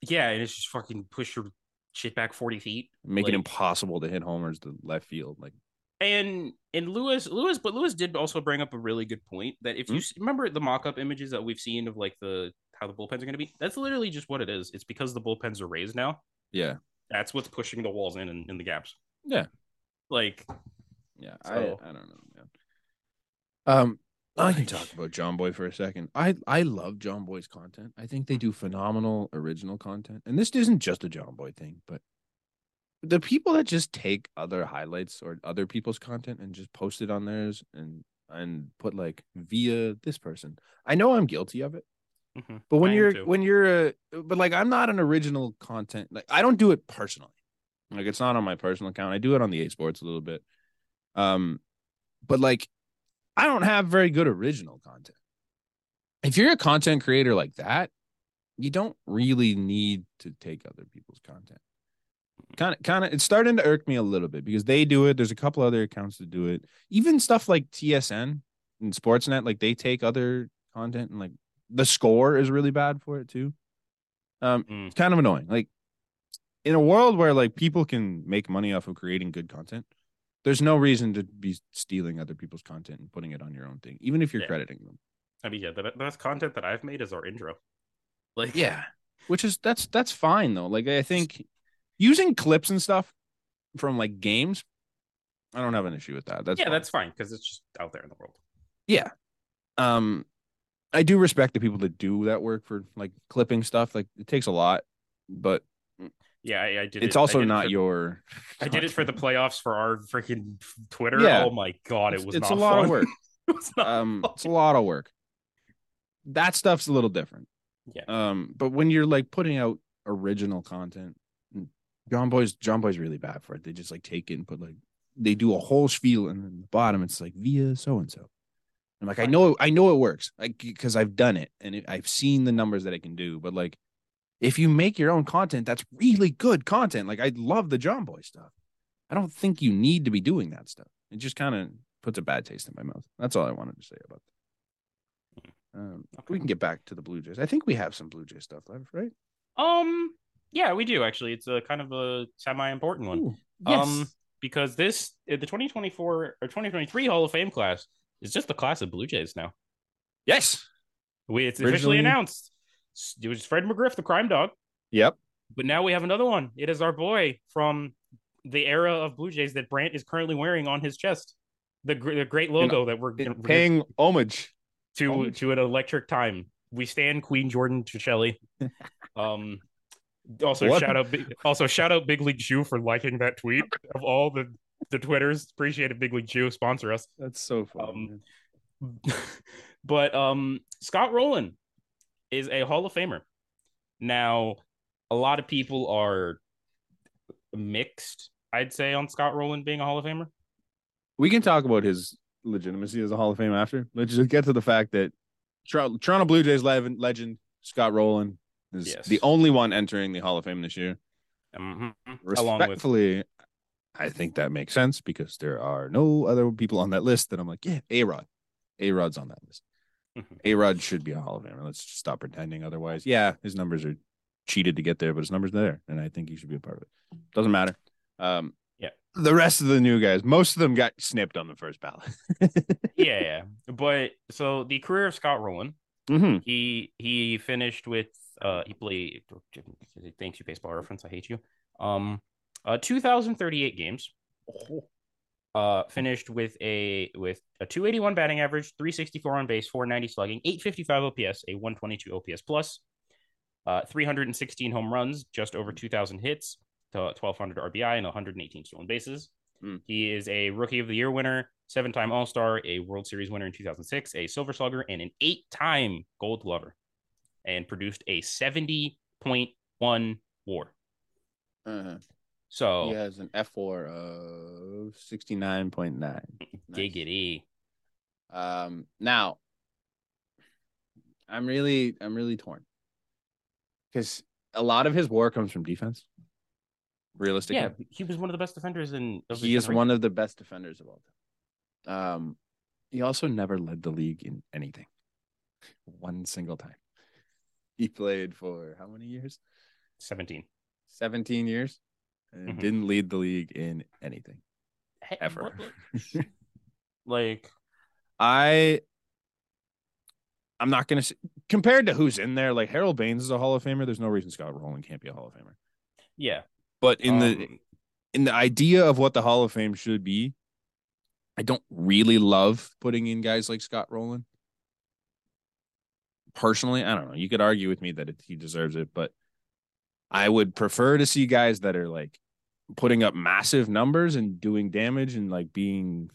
yeah, and it's just fucking push your shit back forty feet. make Like- it impossible to hit homers to left field. Like, and and Lewis Lewis but Lewis did also bring up a really good point that Hmm? if you s remember the mock-up images that we've seen of like the how the bullpens are going to be that's literally just what it is it's because the bullpens are raised now yeah, that's what's pushing the walls in and in the gaps Yeah. like yeah. So- I, I don't know, man. Um, I can talk about John Boy for a second. I I love John Boy's content. I think they do phenomenal original content, and this isn't just a John Boy thing, but the people that just take other highlights or other people's content and just post it on theirs and and put like via this person. I know I'm guilty of it. mhm. But when I am you're too. when you're a but like I'm not an original content like I don't do it personally. Like it's not on my personal account. I do it on the A Sports a little bit. Um but like I don't have very good original content. If you're a content creator like that, you don't really need to take other people's content. Kind of kind of it's starting to irk me a little bit because they do it. There's a couple other accounts that do it. Even stuff like TSN and Sportsnet like they take other content and like the score is really bad for it too. Um, Mm. it's kind of annoying. Like in a world where like people can make money off of creating good content, there's no reason to be stealing other people's content and putting it on your own thing, even if you're Yeah. crediting them. I mean yeah the, be- the best content that I've made is our intro like Yeah, which is that's that's fine though. Like I think using clips and stuff from like games, I don't have an issue with that. That's yeah fine. that's fine because it's just out there in the world yeah um i do respect the people that do that work for like clipping stuff like it takes a lot but yeah I, I did it's it- I also did it not for- your I did it for the playoffs for our freaking Twitter Yeah. oh my god it It's- was it's not a lot fun. of work It was not um fun. it's a lot of work that stuff's a little different Yeah. um but when you're like putting out original content john boy's john boy's really bad for it they just like take it and put like they do a whole spiel and then the bottom it's like via so and so i'm like i know i know it works like because i've done it and it, i've seen the numbers that it can do but like if you make your own content that's really good content like i love the john boy stuff i don't think you need to be doing that stuff it just kind of puts a bad taste in my mouth that's all i wanted to say about Hmm. that um, we can get back to the blue jays i think we have some blue jay stuff left right Um, yeah, we do actually. It's a kind of a semi-important one Ooh, Um, because this uh, the 2024 or 2023 Hall of Fame class is just the class of Blue Jays now. yes We it's Originally- officially announced. S- It was Fred McGriff, the crime dog, yep but now we have another one. It is our boy from the era of Blue Jays that Brandt is currently wearing on his chest. The, gr- the great logo that we're gonna- we're gonna- paying homage to homage. to an electric time. We stand Queen Jordan to Shelley. Um, also What? shout out, Big- also shout out Big League Shoe for liking that tweet of all the the twitters. Appreciate it, Big League Shoe sponsor us. that's so funny Um, man. but um, Scott Rowland is a Hall of Famer. Now, a lot of people are mixed. I'd say on Scott Rowland being a Hall of Famer. we can talk about his legitimacy as a Hall of Fame after. Let's just get to the fact that Tro- Toronto Blue Jays le- legend Scott Rowland is Yes. the only one entering the Hall of Fame this year. Mhm. Along with Mm-hmm. Respectfully, I think that makes sense because there are no other people on that list that I'm like, yeah, A Rod. A Rod's on that list. Mm-hmm. A Rod should be a Hall of Famer. Let's just stop pretending otherwise. Yeah, his numbers are cheated to get there, but his numbers are there, and I think he should be a part of it. Doesn't matter. Um, Yeah. The rest of the new guys, most of them got snipped on the first ballot. yeah, yeah. But so the career of Scott Rowland, mm-hmm. he he finished with uh he played thank you baseball reference, I hate you. Um uh 2038 games. Uh finished with a with a 281 batting average, 364 on base, 490 slugging, 855 OPS, a 122 OPS plus, uh 316 home runs, just over 2000 hits, uh, to 1200 RBI and 118 stolen bases. Hmm. He is a rookie of the year winner, seven-time All-Star, a World Series winner in 2006, a Silver Slugger, and an eight-time Gold Glover, and produced a 70.1 WAR. uh So has an F four of sixty nine point nine. giggity. Um, now, I'm really, I'm really torn because a lot of his war comes from defense. Realistically, Yeah, he was one of the best defenders in. of he his is generation. one of the best defenders of all time. Um, he also never led the league in anything, one single time. He played for how many years? 17. 17 years, and Mhm. didn't lead the league in anything. Hey, Ever. what- like, I I'm not gonna say, compared to who's in there. Like Harold Baines is a Hall of Famer. There's no reason Scott Rowland can't be a Hall of Famer. yeah. But in the um, in the idea of what the Hall of Fame should be, I don't really love putting in guys like Scott Rowland. Personally, I don't know. You could argue with me that it, he deserves it, but I would prefer to see guys that are like putting up massive numbers and doing damage and like being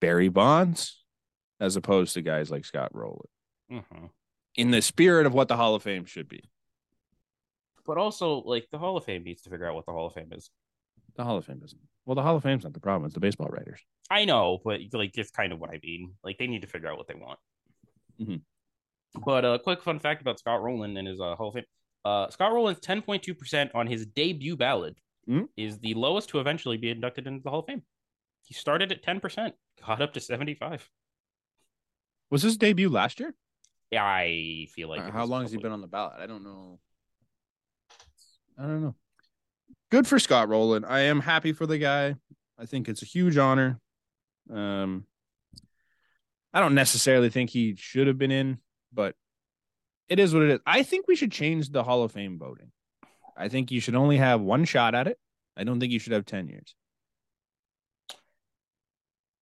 Barry Bonds as opposed to guys like Scott Rowland mhm. in the spirit of what the Hall of Fame should be. But also, like, the Hall of Fame needs to figure out what the Hall of Fame is. The Hall of Fame doesn't. Well, the Hall of Fame's not the problem. It's the baseball writers. I know, but like it's kind of what I mean. Like they need to figure out what they want. Mhm. But a uh, quick fun fact about Scott Rowland and his uh, Hall of Fame: uh, Scott Rowland's ten point two percent on his debut ballot Mhm. is the lowest to eventually be inducted into the Hall of Fame. He started at ten percent, got up to seventy five. Was his debut last year? I feel like Uh, it how was long has he probably- been on the ballot? I don't know. I don't know. Good for Scott Rowland. I am happy for the guy. I think it's a huge honor. Um, I don't necessarily think he should have been in, but it is what it is. I think we should change the Hall of Fame voting. I think you should only have one shot at it. I don't think you should have ten years.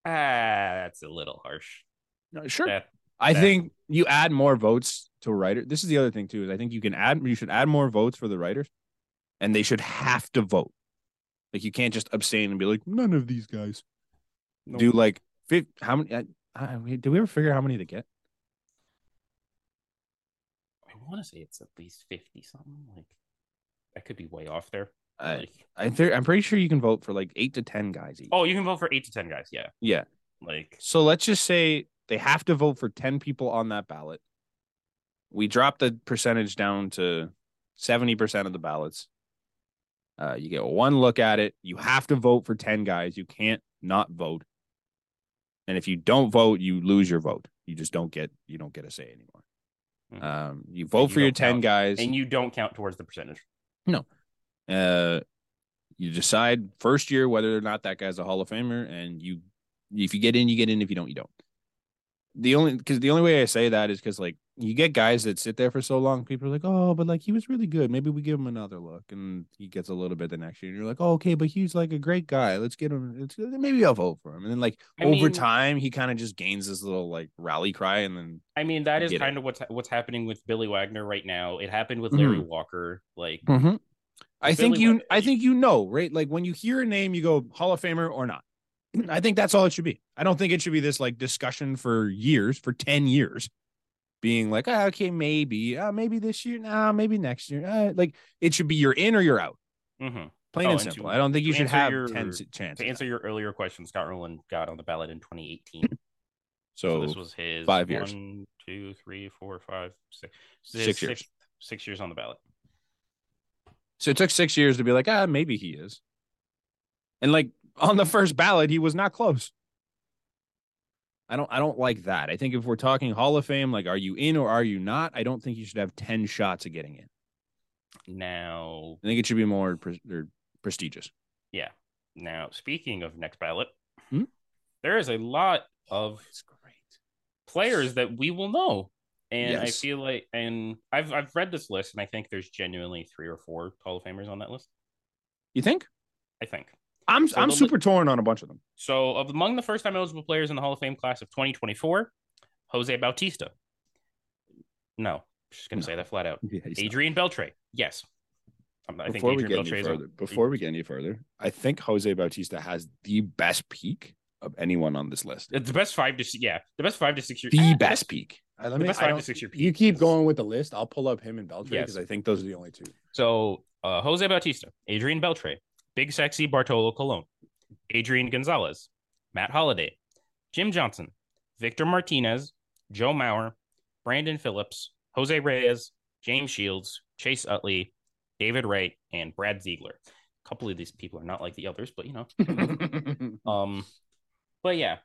Ah, that's a little harsh. No, sure. That- I that- think you add more votes to writer. This is the other thing too is I think you can add you should add more votes for the writers, and they should have to vote. Like you can't just abstain and be like none of these guys no. do like fif- how many. I, I, did we ever figure out how many to get? I want to say it's at least fifty something. Like I could be way off there. I Like- I thi- I'm pretty sure you can vote for like eight to ten guys each. oh, you can vote for eight to ten guys. Yeah, Yeah. like So let's just say they have to vote for ten people on that ballot. We drop the percentage down to seventy percent of the ballots. Uh, you get one look at it. You have to vote for ten guys. You can't not vote. And if you don't vote, you lose your vote. You just don't get you don't get a say anymore. Mhm. Um, you vote you for your don't ten count. guys. and you don't count towards the percentage. uh, you decide first year whether or not that guy's a Hall of Famer, and you, if you get in, you get in. If you don't, you don't. The only because the only way I say that is because like you get guys that sit there for so long, people are like, oh, but like he was really good. Maybe we give him another look, and he gets a little bit the next year. And you're like, oh, okay, but he's like a great guy. Let's get him. Let's, maybe I'll vote for him. And then like I over mean- time, he kind of just gains this little like rally cry, and then I mean, that I is get it. kind of what's what's happening with Billy Wagner right now. It happened with Larry Walker. Like, Mm-hmm. I Billy think you. Wagner, I you- think you know, right? Like when you hear a name, you go Hall of Famer or not. I think that's all it should be. I don't think it should be this like discussion for years, for ten years, being like, ah, okay, maybe, ah, maybe this year, nah, maybe next year. Ah, like it should be you're in or you're out, mhm. plain Oh, and and to- simple. I don't think you to should answer have your- ten s- chance. to at answer that. your earlier question, Scott Rowland got on the ballot in 2018. so, so, this was his five years. One, two, three, four, five, six. this is Six his years. Six, six years on the ballot. so it took six years to be like, ah, maybe he is, and like on the first ballot, he was not close. I don't I don't like that. I think if we're talking Hall of Fame, like are you in or are you not? I don't think you should have ten shots at getting in. Now, I think it should be more pre- or prestigious. now speaking of next ballot, Hmm? there is a lot of it's great. players that we will know. And I Yes. feel like, and I've I've read this list, and I think there's genuinely three or four Hall of Famers on that list. You think? I think I'm So I'm the li- super torn on a bunch of them. so. Of among the first time eligible players in the Hall of Fame class of 2024, Jose Bautista. No, I'm just gonna No. say that flat out. Yeah, Adrian Beltre. Yes, I'm- I before think we get Adrian Beltre any is further, a, before we get any further, I think Jose Bautista has the best peak of anyone on this list. the best five to s- yeah, the best five to six year The eh, best peak. I, let the me, best I five to don't, six year peak. you keep going with the list. I'll pull up him and Beltre Yes. because I think those are the only two. So uh, Jose Bautista, Adrian Beltre, Big Sexy Bartolo Colon, Adrian Gonzalez, Matt Holliday, Jim Johnson, Victor Martinez, Joe Mauer, Brandon Phillips, Jose Reyes, James Shields, Chase Utley, David Wright, and Brad Ziegler. A couple of these people are not like the others, but you know. Um, but yeah,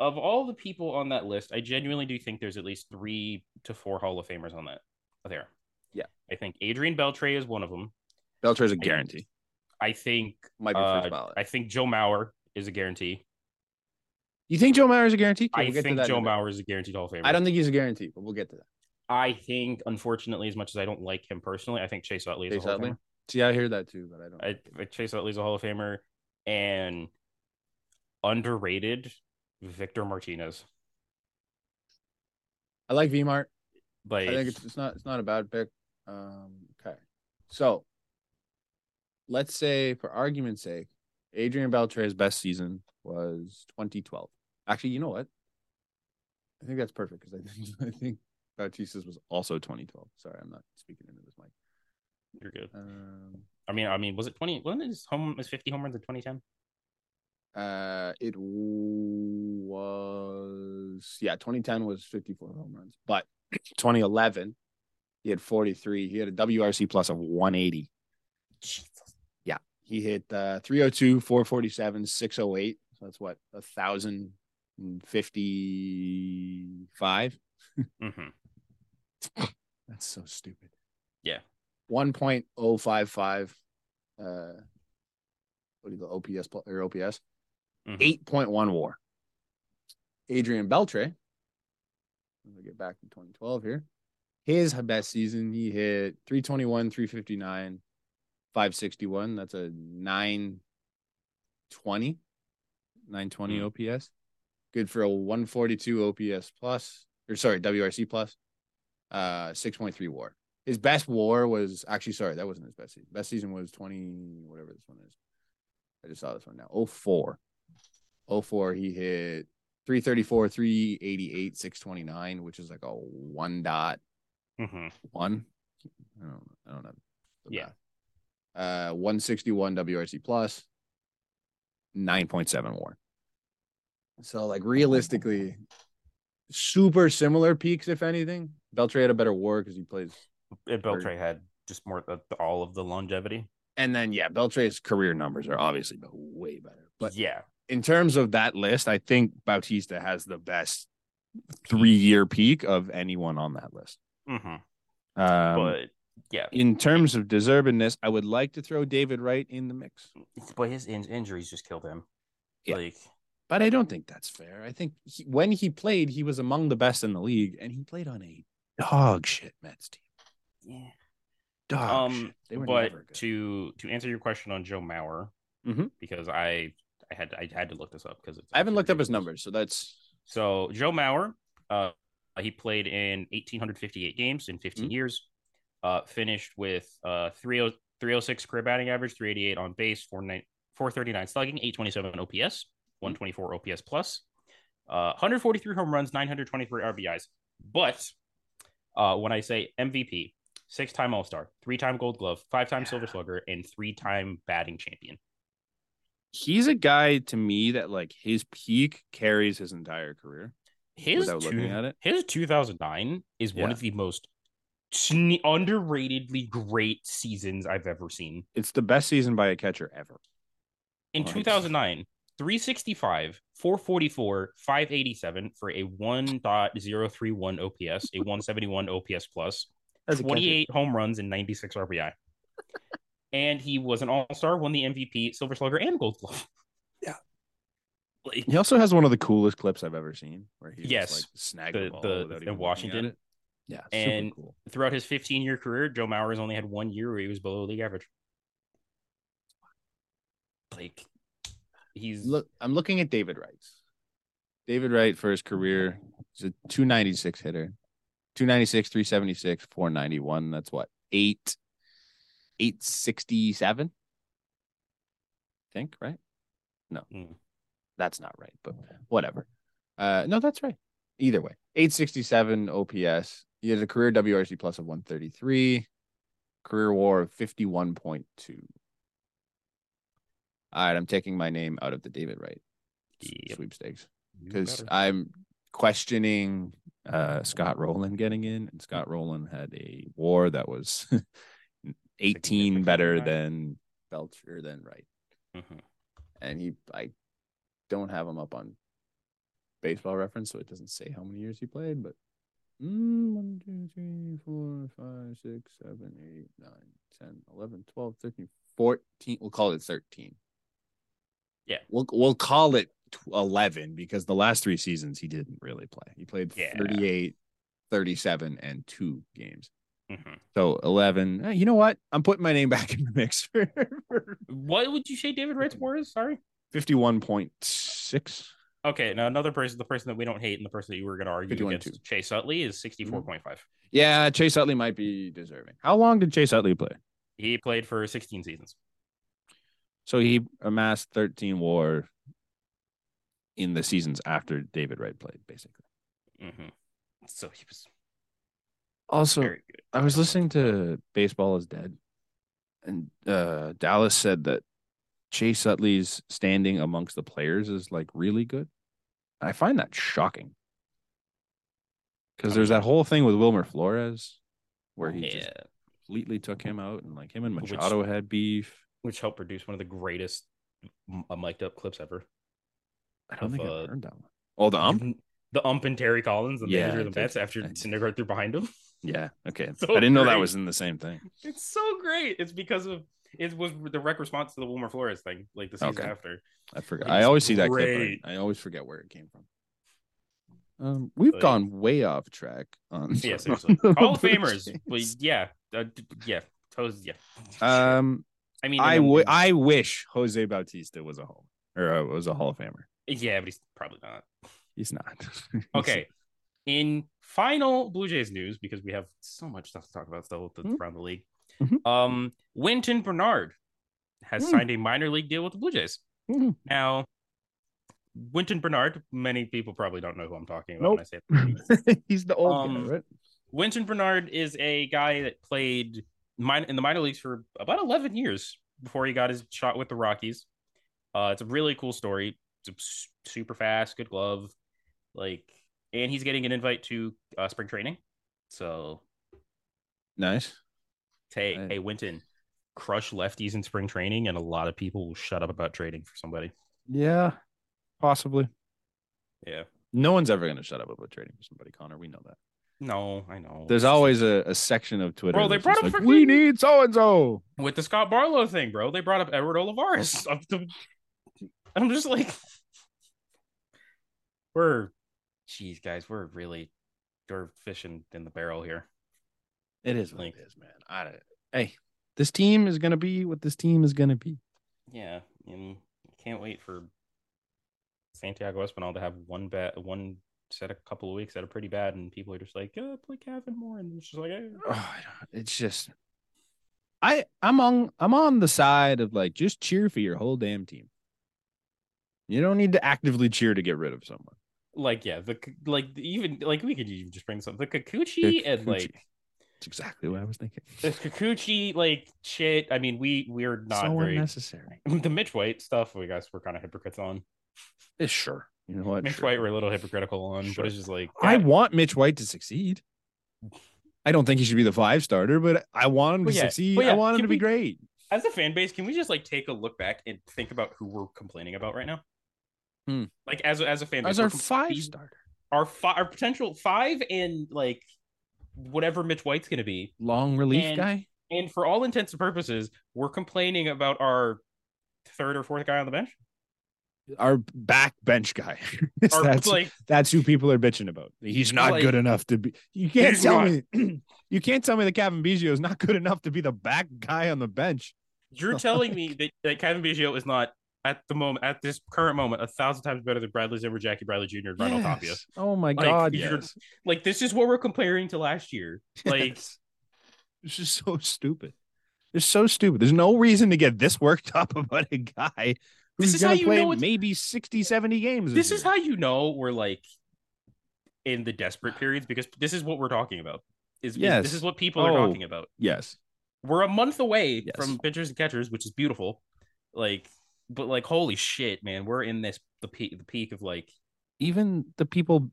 of all the people on that list, I genuinely do think there's at least three to four Hall of Famers on that there. Yeah. I think Adrian Beltre is one of them. Beltre is a guarantee. I think Might be uh, first ballot. I think Joe Mauer is a guarantee. You think Joe Mauer is a guarantee? I think Joe Mauer is a guaranteed Hall of Famer. I don't think he's a guarantee, but we'll get to that. I think, unfortunately, as much as I don't like him personally, I think Chase Utley is Chase a Hall Utley? of Famer. See, I hear that too, but I don't. I, I think Chase Utley is a Hall of Famer and underrated Victor Martinez. I like Vmart. Like I think it's, it's not it's not a bad pick. Um, okay, so let's say for argument's sake, Adrian Beltre's best season was 2012. Actually, you know what? I think that's perfect because I think I think Bautista's was also 2012. Sorry, I'm not speaking into this mic. you're good. Um, I mean, I mean, was it twenty? Wasn't it his home his fifty home runs in twenty ten? uh, it was yeah, 2010 was 54 home runs, but 2011 he had 43. He had a WRC plus of 180. He hit uh, 302, 447, 608. So that's what, 1,055? Mm-hmm. That's so stupid. Yeah. 1.055. Uh, what do you go, OPS pl- or OPS? 8.1 war. Adrian Beltre, let me get back to 2012 here. His best season, he hit 321, 359, 561. That's a 920, 920 OPS. Good for a 142 OPS plus, or sorry, WRC plus, uh, 6.3 war. His best war was actually, sorry, that wasn't his best season. Best season was 20, whatever this one is. I just saw this one now. 04. 04 he hit 334 388 629 which is like a one dot Mm-hmm. one i don't i don't know the Yeah. math. uh 161 wrc plus 9.7 war so like realistically super similar peaks if anything beltre had a better war because he plays Beltray had just more of the- all of the longevity. and then yeah beltre's career numbers are obviously but way better but yeah, in terms of that list, I think Bautista has the best three year peak of anyone on that list. mm-hmm. Um, but yeah, in terms of deservedness, I would like to throw David Wright in the mix, but his in- injuries just killed him. Yeah. Like but I don't think that's fair. I think he, when he played, he was among the best in the league, and he played on a dog shit Mets team. Yeah. Dog Um, shit. They were but never good. to to answer your question on Joe Mauer, Mhm. because I I had I had to look this up because I haven't looked up his numbers, so that's So Joe Mauer, uh, he played in 1,858 games in 15 years. Uh, finished with uh 30 306 career batting average, 388 on base, 49 439 slugging, 827 OPS, 124 OPS plus, uh, 143 home runs, 923 RBIs. But uh, when I say MVP, six time All Star, three time Gold Glove, five time Silver Slugger, and three time batting champion. He's a guy to me that like his peak carries his entire career. His Without looking at it? his 2009 is Yeah. one of the most sne- underratedly great seasons I've ever seen. It's the best season by a catcher ever. In Right. 2009, 365, 444, 587 for a 1.031 OPS, a 171 OPS plus, That's a catcher. 28 home runs, and 96 RBI. and he was an all star, won the MVP, Silver Slugger, and Gold Glove. Yeah. Like, He also has one of the coolest clips I've ever seen, where he Yes. just, like snagged The- the, ball the- without in even looking at Washington. it. Yeah, super And- cool. throughout his 15 year career, Joe Mauer has only had one year where he was below league average. Like, he's Look, I'm looking at David Wright's. David Wright for his career is a 296 hitter. 296, 376, 491. That's what? 8 867. I think, right? Mm. That's not right, but whatever. Uh no, that's right. Either way. 867 OPS. He has a career WRC plus of 133. Career war of 51.2. All right, I'm taking my name out of the David Wright s- Yep. sweepstakes You because better. I'm questioning uh, Scott Rowland getting in, and Scott Rowland had a WAR that was 18 Significantly better higher. than Belcher than Wright, Mhm. and he I don't have him up on Baseball Reference, so it doesn't say how many years he played, but. Mm, one, two, three, four, five, six, seven, eight, nine, 10, 11, 12, 13, 14. We'll call it 13. Yeah. We'll, we'll call it tw- 11 because the last three seasons he didn't really play. He played Yeah. 38, 37, and two games. Mhm. So 11. Eh, you know what? I'm putting my name back in the mix for, for What would you say David Wright's war is? Sorry. 51.6. Okay, now another person, the person that we don't hate and the person that you were going to argue 51-2. against, Chase Utley, Mm-hmm. is 64.5. Yeah, Chase Utley might be deserving. How long did Chase Utley play? He played for 16 seasons. So he amassed 13 war in the seasons after David Wright played, basically. hmm So he was Also, very good. I was listening to Baseball is Dead, and uh, Dallas said that Chase Utley's standing amongst the players is like really good. I find that shocking because there's that whole thing with Wilmer Flores where he Yeah, just completely took him out, and like him and Which- Machado had beef. which helped produce one of the greatest m- uh, mic'd up clips ever. I don't Of, think uh, I've heard that one. Oh, the ump. You- The ump and Terry Collins and Yeah, the I Andrew the did. Mets after I did. Syndergaard threw behind him. Yeah. Okay. So I didn't know that great. was in the same thing. It's so great. It's because of it was the rec response to the Wilmer Flores thing, like the season Okay. after. I forgot. It's I always see that clip. great. but I, I always forget where it came from. Um, we've But- gone way off track on. Yeah, seriously. Hall of Famers. Well, yeah. Uh, d- yeah. Toes, yeah. Um, I mean, I and then- would. I wish Jose Bautista was a hall or uh, was a Hall of Famer. Yeah, but he's probably not. He's not. Okay. In final Blue Jays news, because we have so much stuff to talk about still that's Mhm. around the league. Mhm. Um, Winton Bernard has Mm. signed a minor league deal with the Blue Jays. Mhm. Now, Winton Bernard, many people probably don't know who I'm talking about when I say he's the old Um, guy, right? Winton Bernard is a guy that played min- in the minor leagues for about 11 years before he got his shot with the Rockies. Uh, it's a really cool story. It's a s- super fast, good glove, like, and he's getting an invite to uh, spring training. So, Nice. hey, Right. hey, Winton, crush lefties in spring training, and a lot of people will shut up about trading for somebody. Yeah, possibly. Yeah. No one's ever going to shut up about trading for somebody, Connor. We know that. No, I know. There's always a, a section of Twitter. Oh, Bro, they that's brought just up like, we freaking- need so and so. with the Scott Barlow thing, bro. They brought up Edward Olivares. Up to- I'm just like, we're, jeez, guys, we're really, we're fishing in the barrel here. It is what Like- it is, man. I don't, hey, this team is gonna be what this team is gonna be. Yeah, and I can't wait for Santiago Espinal to have one bat, one set a couple of weeks that are pretty bad, and people are just like, uh, play Kevin Moore, and it's just like, eh. Oh, I don't- it's just, I I'm on I'm on the side of like just cheer for your whole damn team. You don't need to actively cheer to get rid of someone. like yeah, the K- like even like we could even just bring this up the Kikuchi and Kikuchi. like It's exactly what I was thinking. the Kikuchi like shit. I mean, we we're not so very. unnecessary. the Mitch White stuff, we guys were kind of hypocrites on. Yeah, sure. You know what? Mitch Sure. White, we're a little hypocritical on, Sure. but it's just like I God- want Mitch White to succeed. I don't think he should be the five starter, but I want him to Well, yeah. succeed. Well, yeah. I want him Can to be we- great. as a fan base, can we just like take a look back and think about who we're complaining about right now? Hmm. Like as a, as a fan, As base, our we're com- five these- starter. our five, our potential five, and like whatever Mitch White's gonna be. Long relief And- guy. And for all intents and purposes, we're complaining about our third or fourth guy on the bench. Our back bench guy. It's- Our, that's like that's who people are bitching about. He's not Like- good enough to be you can't He's tell not. me you can't tell me that Kevin Biggio is not good enough to be the back guy on the bench. you're telling me that, that Kevin Biggio is not at the moment at this current moment a thousand times better than Bradley Zimmer, Jackie Bradley Jr., and Ronald Tapia. Yes. Oh my Like, god. you're- Yes. Like this is what we're comparing to last year. Like Yes. it's just so stupid. It's so stupid. There's no reason to get this worked up about a guy who's This is how gonna you play know it's- maybe 60, 70 games. this year. is how you know we're like in the desperate periods because this is what we're talking about. Is, is- Yes. this is what people Oh. are talking about. yes. We're a month away Yes. from pitchers and catchers, which is beautiful. Like, but like, holy shit, man, we're in this the peak the peak of like Even the people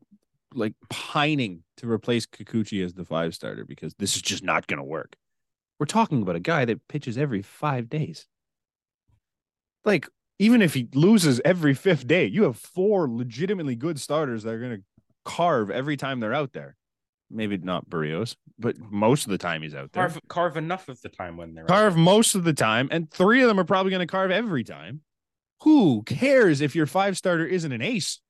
like pining to replace Kikuchi as the five starter because this is just not gonna work. We're talking about a guy that pitches every five days. Like, even if he loses every fifth day, you have four legitimately good starters that are gonna carve every time they're out there. Maybe not Barrios, but most of the time he's out there. carve, carve enough of the time when they're out carve most of the time, and three of them are probably going to carve every time. Who cares if your five starter isn't an ace?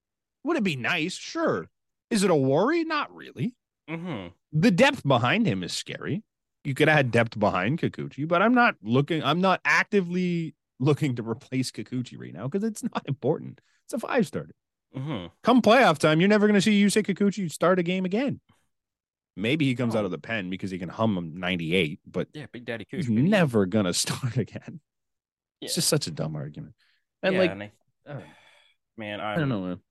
Would it be nice? Sure. Is it a worry? Not really. there. Mhm. The depth behind him is scary. You could add depth behind Kikuchi, but I'm not looking, I'm not actively looking to replace Kikuchi right now because it's not important. It's a five starter. Mhm. Come playoff time, you're never going to see Yusei Kikuchi start a game again. Maybe he comes No. out of the pen because he can hum him 98, but Yeah, Big Daddy Cooch. He's baby. never gonna start again. Yeah. It's just such a dumb argument. And Yeah, like, and I- I don't know. man, I I'm, don't know, man.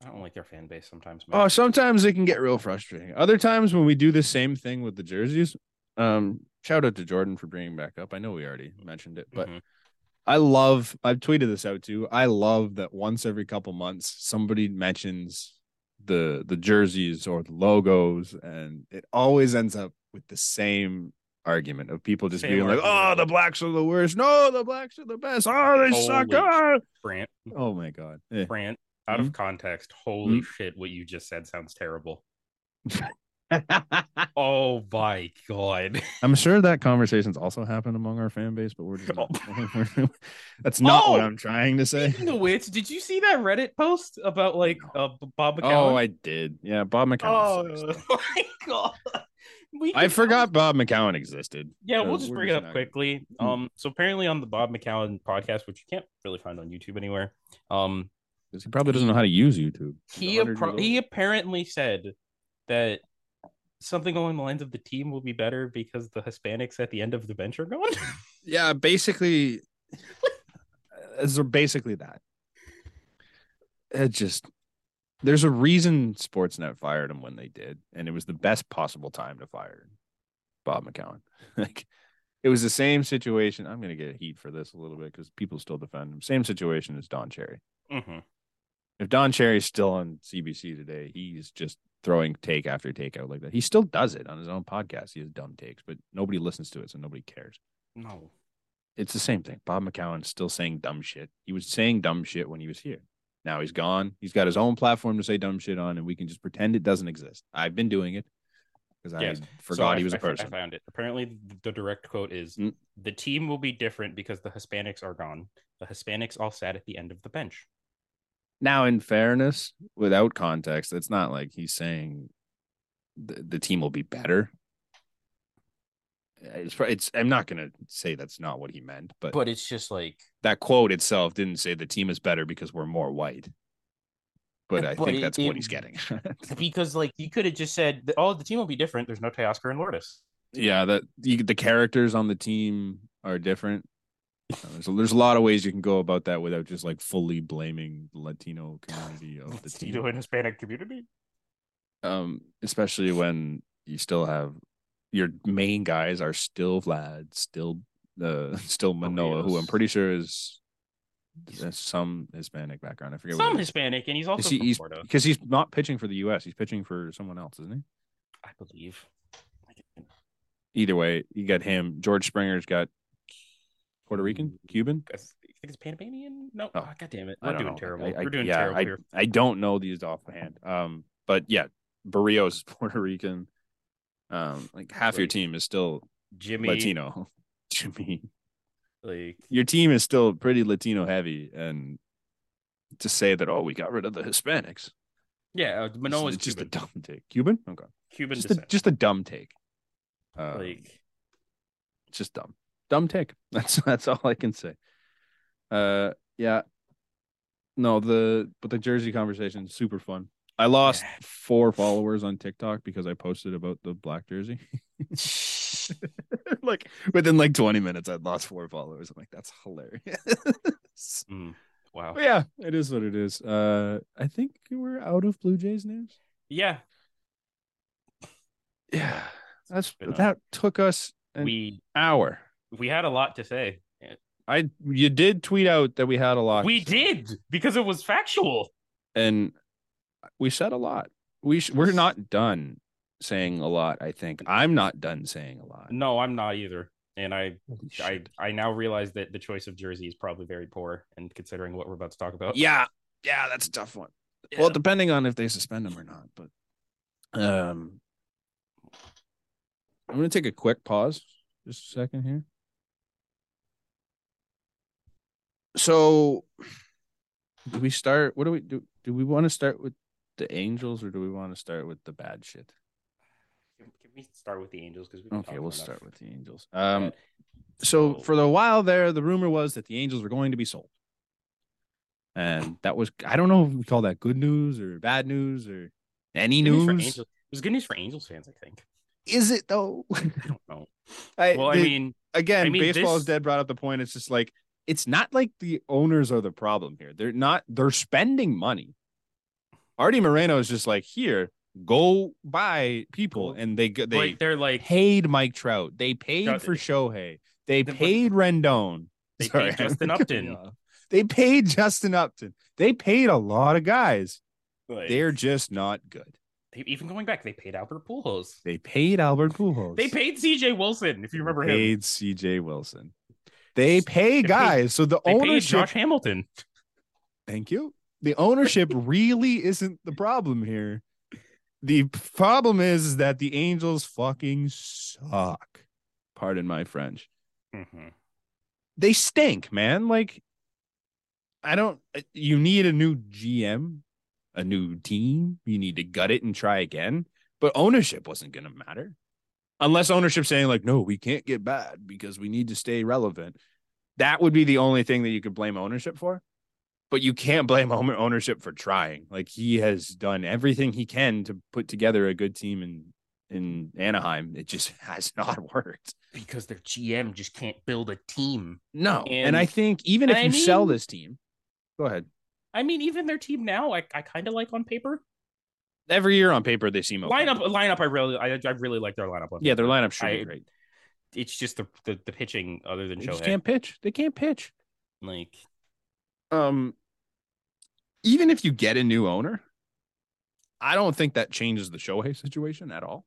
I don't like their fan base sometimes. Man. Oh, sometimes it can get real frustrating. Other times when we do the same thing with the jerseys, um, shout out to Jordan for bringing back up. I know we already mentioned it, but Mhm. I love. I've tweeted this out too. I love that once every couple months somebody mentions the the jerseys or the logos, and it always ends up with the same argument of people just Same being like, argument. "Oh, the blacks are the worst. No, the blacks are the best. Oh, they suck." Holy Ah." Brant, Oh my god. Eh. Brant, out of context, holy Mm-hmm. shit, what you just said sounds terrible. Oh my god, I'm sure that conversations also happen among our fan base, but we're just not, we're- that's not what Oh! I'm trying to say. Speaking of which, did you see that Reddit post about like uh, B- Bob Oh, McCown? I did. Yeah, Bob McCown. oh sucks. my god, we I can- forgot Bob McCown existed. Yeah, we'll Uh, just we're bring just it not up gonna- quickly. Hmm. Um, so apparently on the Bob McCown podcast, which you can't really find on YouTube anywhere, um, 'Cause he probably doesn't know how to use YouTube. He's he 100 appro- years he old. apparently said that something along the lines of the team will be better because the Hispanics at the end of the bench are gone. yeah, basically, it's basically that. It just there's a reason Sportsnet fired him when they did, and it was the best possible time to fire Bob McCown. like it was the same situation. I'm gonna get heat for this a little bit because people still defend him. Same situation as Don Cherry. Mhm. If Don Cherry's still on CBC today, he's just throwing take after take out like that. He still does it on his own podcast. He has dumb takes, but nobody listens to it, so nobody cares No, it's the same thing. Bob McCowan's still saying dumb shit. He was saying dumb shit when he was here. Now he's gone. He's got his own platform to say dumb shit on, and we can just pretend it doesn't exist. I've been doing it because I Yes. forgot So he was I, I- a person. I found it. Apparently, the direct quote is: Mm. "The team will be different because the Hispanics are gone. The Hispanics all sat at the end of the bench." now, in fairness, without context, it's not like he's saying the, the team will be better. It's, pro- it's I'm not gonna say that's not what he meant, but, But it's just like, that quote itself didn't say the team is better because we're more white. But I But think it- that's it- what he's getting. because like you could have just said, that, "Oh, the team will be different. There's no Teoscar and Lourdes." yeah that you, the characters on the team are different Uh, there's a, there's a lot of ways you can go about that without just like fully blaming the latino community of Oh, the You know, team in Hispanic community. um especially when you still have your main guys are still vlad still uh still manoa who i'm Barrios. pretty sure is has some hispanic background i forget Some what Hispanic, and he's also he- from he's- Florida, because he's not pitching for the us he's pitching for someone else isn't he I believe. either way, you got him. George Springer's got Puerto Rican, Cuban. That's- think it's Panamanian. No, Oh. oh, god damn it, I we're don't doing know. terrible. I- I- we're doing yeah, terrible I, here. I don't know these offhand. Um, but yeah, Barrios is Puerto Rican. Um, like half your Right. team is still Jimmy, Latino. Jimmy, like your team is still pretty Latino heavy, and to say that oh we got rid of the Hispanics, is- yeah, uh, Manoa's it's just Cuban. a dumb take. Cuban, okay, Cuban just a, descent. just a dumb take. Um, like just dumb, dumb take. That's that's all I can say. Uh, yeah, no, the but the jersey conversation is super fun. I lost Yeah. four followers on TikTok because I posted about the black jersey. like within like 20 minutes, I'd lost four followers. I'm like, that's hilarious. mm, wow. But yeah, it is what it is. Uh, I think we're out of Blue Jays names. Yeah, Yeah, that's Been a- that took us an we hour. we had a lot to say. I you did tweet out that we had a lot. We did because it was factual. and we said a lot. We sh- we're not done saying a lot. I think I'm not done saying a lot. No, I'm not either. And I, Holy I, shit. I now realize that the choice of jersey is probably very poor. And considering what we're about to talk about, yeah, yeah, that's a tough one. Yeah. Well, depending on if they suspend him or not, but um, I'm gonna take a quick pause, just a second here. So, do we start? What do we do? Do we want to start with the Angels or do we want to start with the bad shit? Can can we start with the Angels? Because Okay, we'll start with the Angels. Um, Bad. So- so for the while there, the rumor was that the Angels were going to be sold, and that was I don't know if we call that good news or bad news or any For news. Angels. It was good news for Angels fans, I think. Is it though? I don't know. I, Well, I the- mean, again, I mean, baseball is this- dead. Brought up the point. It's just like it's not like the owners are the problem here. They're not. They're spending money. Artie Moreno is just like here, go buy people, and they go- they like they're like paid Mike Trout. They paid Trout- for Shohei. They The- but- paid Rendon. They paid Sorry, I'm Justin cutting Upton. you off. They paid Justin Upton. They paid a lot of guys. like- They're just not good. they- even going back. They paid Albert Pujols. They paid Albert Pujols. They paid C.J. Wilson. If you remember They him, paid C.J. Wilson. They pay paid- guys. so the they paid ownership. Josh Hamilton. Thank you. The ownership really isn't the problem here. The problem is, is that the Angels fucking suck. Pardon my French. Mhm. they stink, man. Like, I don't. uh, You need a new GM, a new team. You need to gut it and try again. But ownership wasn't going to matter, unless ownership saying like, no, we can't get bad because we need to stay relevant. That would be the only thing that you could blame ownership for. But you can't blame owner- ownership for trying. Like he has done everything he can to put together a good team in in Anaheim. It just has not worked. Because their GM just can't build a team. No. And, And- I think even if I you sell mean- this team, go ahead. I mean, even their team now, I, I kind of like on paper. Every year on paper, they seem okay. Lineup, lineup. I really, I, I really like their lineup. on Yeah, their paper. lineup should be I- great. It's just the the, the pitching, other than They just Shohei. can't pitch. They can't pitch. Like, Um, even if you get a new owner, I don't think that changes the Shohei situation at all.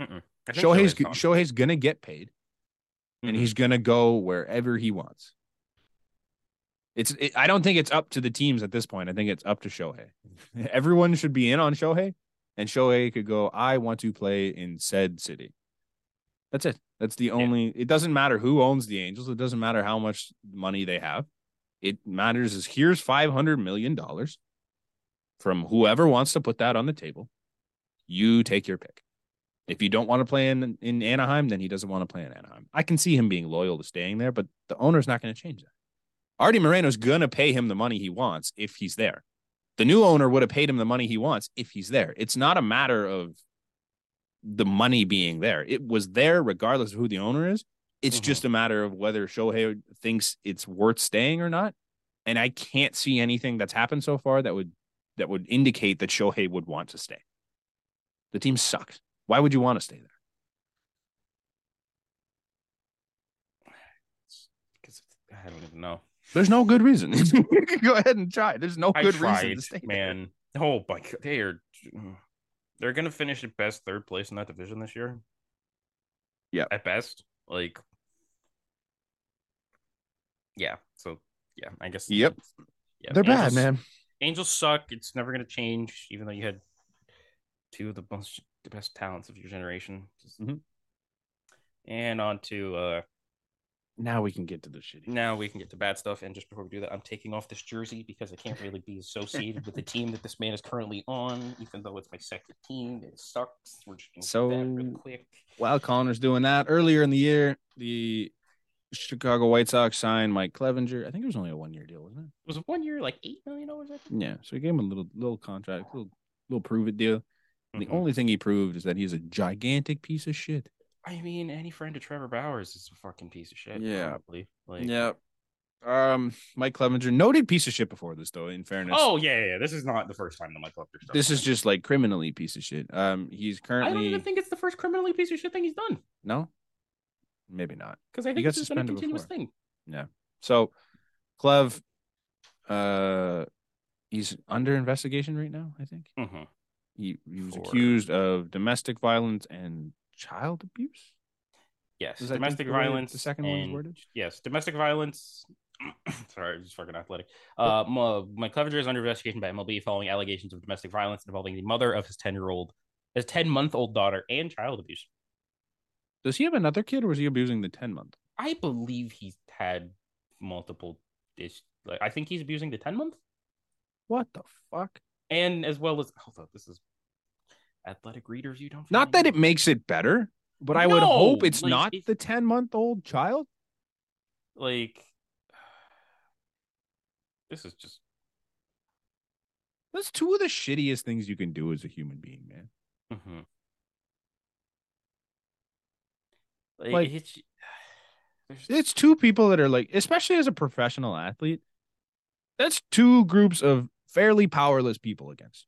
I think Shohei's gone. Shohei's gonna get paid, and Mhm. he's gonna go wherever he wants. It's. It, I don't think it's up to the teams at this point. I think it's up to Shohei. Everyone should be in on Shohei, and Shohei could go. I want to play in said city. That's it. That's the only. It doesn't matter who owns the Angels. It doesn't matter how much money they have. It matters is here's five hundred million dollars from whoever wants to put that on the table. You take your pick. If you don't want to play in, in Anaheim, then he doesn't want to play in Anaheim. I can see him being loyal to staying there, but the owner's not going to change that. Artie Moreno's going to pay him the money he wants if he's there. The new owner would have paid him the money he wants if he's there. It's not a matter of the money being there. It was there regardless of who the owner is. It's Mhm. just a matter of whether Shohei thinks it's worth staying or not. And I can't see anything that's happened so far that would that would indicate that Shohei would want to stay. The team sucks. Why would you want to stay there? Because I don't even know. There's no good reason. you can go ahead and try. There's no I good reason tried, to stay there. man. Oh my god, they are. mm. They're gonna finish at best third place in that division this year. Yeah. at best, like, yeah. So yeah, I guess. Yep. Yeah, They're bad, Angels- man. Angels suck. It's never gonna change, even though you had two of the most the best talents of your generation. Just- Mhm. And on to uh Now we can get to the shitty. now we can get to bad stuff. And just before we do that, I'm taking off this jersey because I can't really be associated with the team that this man is currently on, even though it's my second team. It sucks. We're just gonna do So- that real quick. While Connor's doing that, earlier in the year, the Chicago White Sox signed Mike Clevenger. I think it was only a one-year deal, wasn't it? Was it one year like eight million dollars? I think? Yeah, so he gave him a little little contract, little little prove it deal. The Mhm. only thing he proved is that he's a gigantic piece of shit. I mean, any friend of Trevor Bowers is a fucking piece of shit. Yeah. probably. Like, yeah. Um, Mike Clevenger, noted piece of shit before this though. In fairness, Oh yeah, yeah, yeah. This is not the first time that Mike Upton. this is just like criminally piece of shit. Um, he's I currently don't even think it's the first criminally piece of shit thing he's done no, maybe not. because I He think got this has been a suspended continuous before. thing. So, Clev, uh, he's under investigation right now. I think Mm-hmm. he he was For- accused of domestic violence and child abuse. Yes, Is that- I think domestic the way that violence. The second one is and- worded. Yes, domestic violence. Sorry, I was just fucking athletic. Uh, Ma- Mike Clevenger is under investigation by MLB following allegations of domestic violence involving the mother of his ten-year-old, his ten-month-old daughter, and child abuse. Does he have another kid, or is he abusing the ten month? I believe he's had multiple. Ish- like, I think he's abusing the ten-month. What the fuck? and as well as hold up, this is athletic readers. You don't Not find. that it makes it better, but I would No, hope it's like, not it- the ten month old child. like this is just That's two of the shittiest things you can do as a human being, man. mhm. like, Like- it's, there's, It's two people that are like, especially as a professional athlete, that's two groups of fairly powerless people against.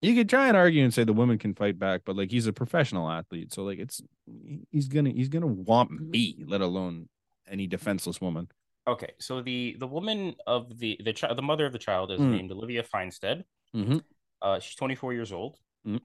You could try and argue and say the women can fight back, but like he's a professional athlete, so like it's he's gonna he's gonna want Mm-hmm. me, let alone any defenseless woman. okay. So the the woman of the the child, the mother of the child, is Mm. named Olivia Feinstead. Mhm. Uh, she's 24 years old. Mm.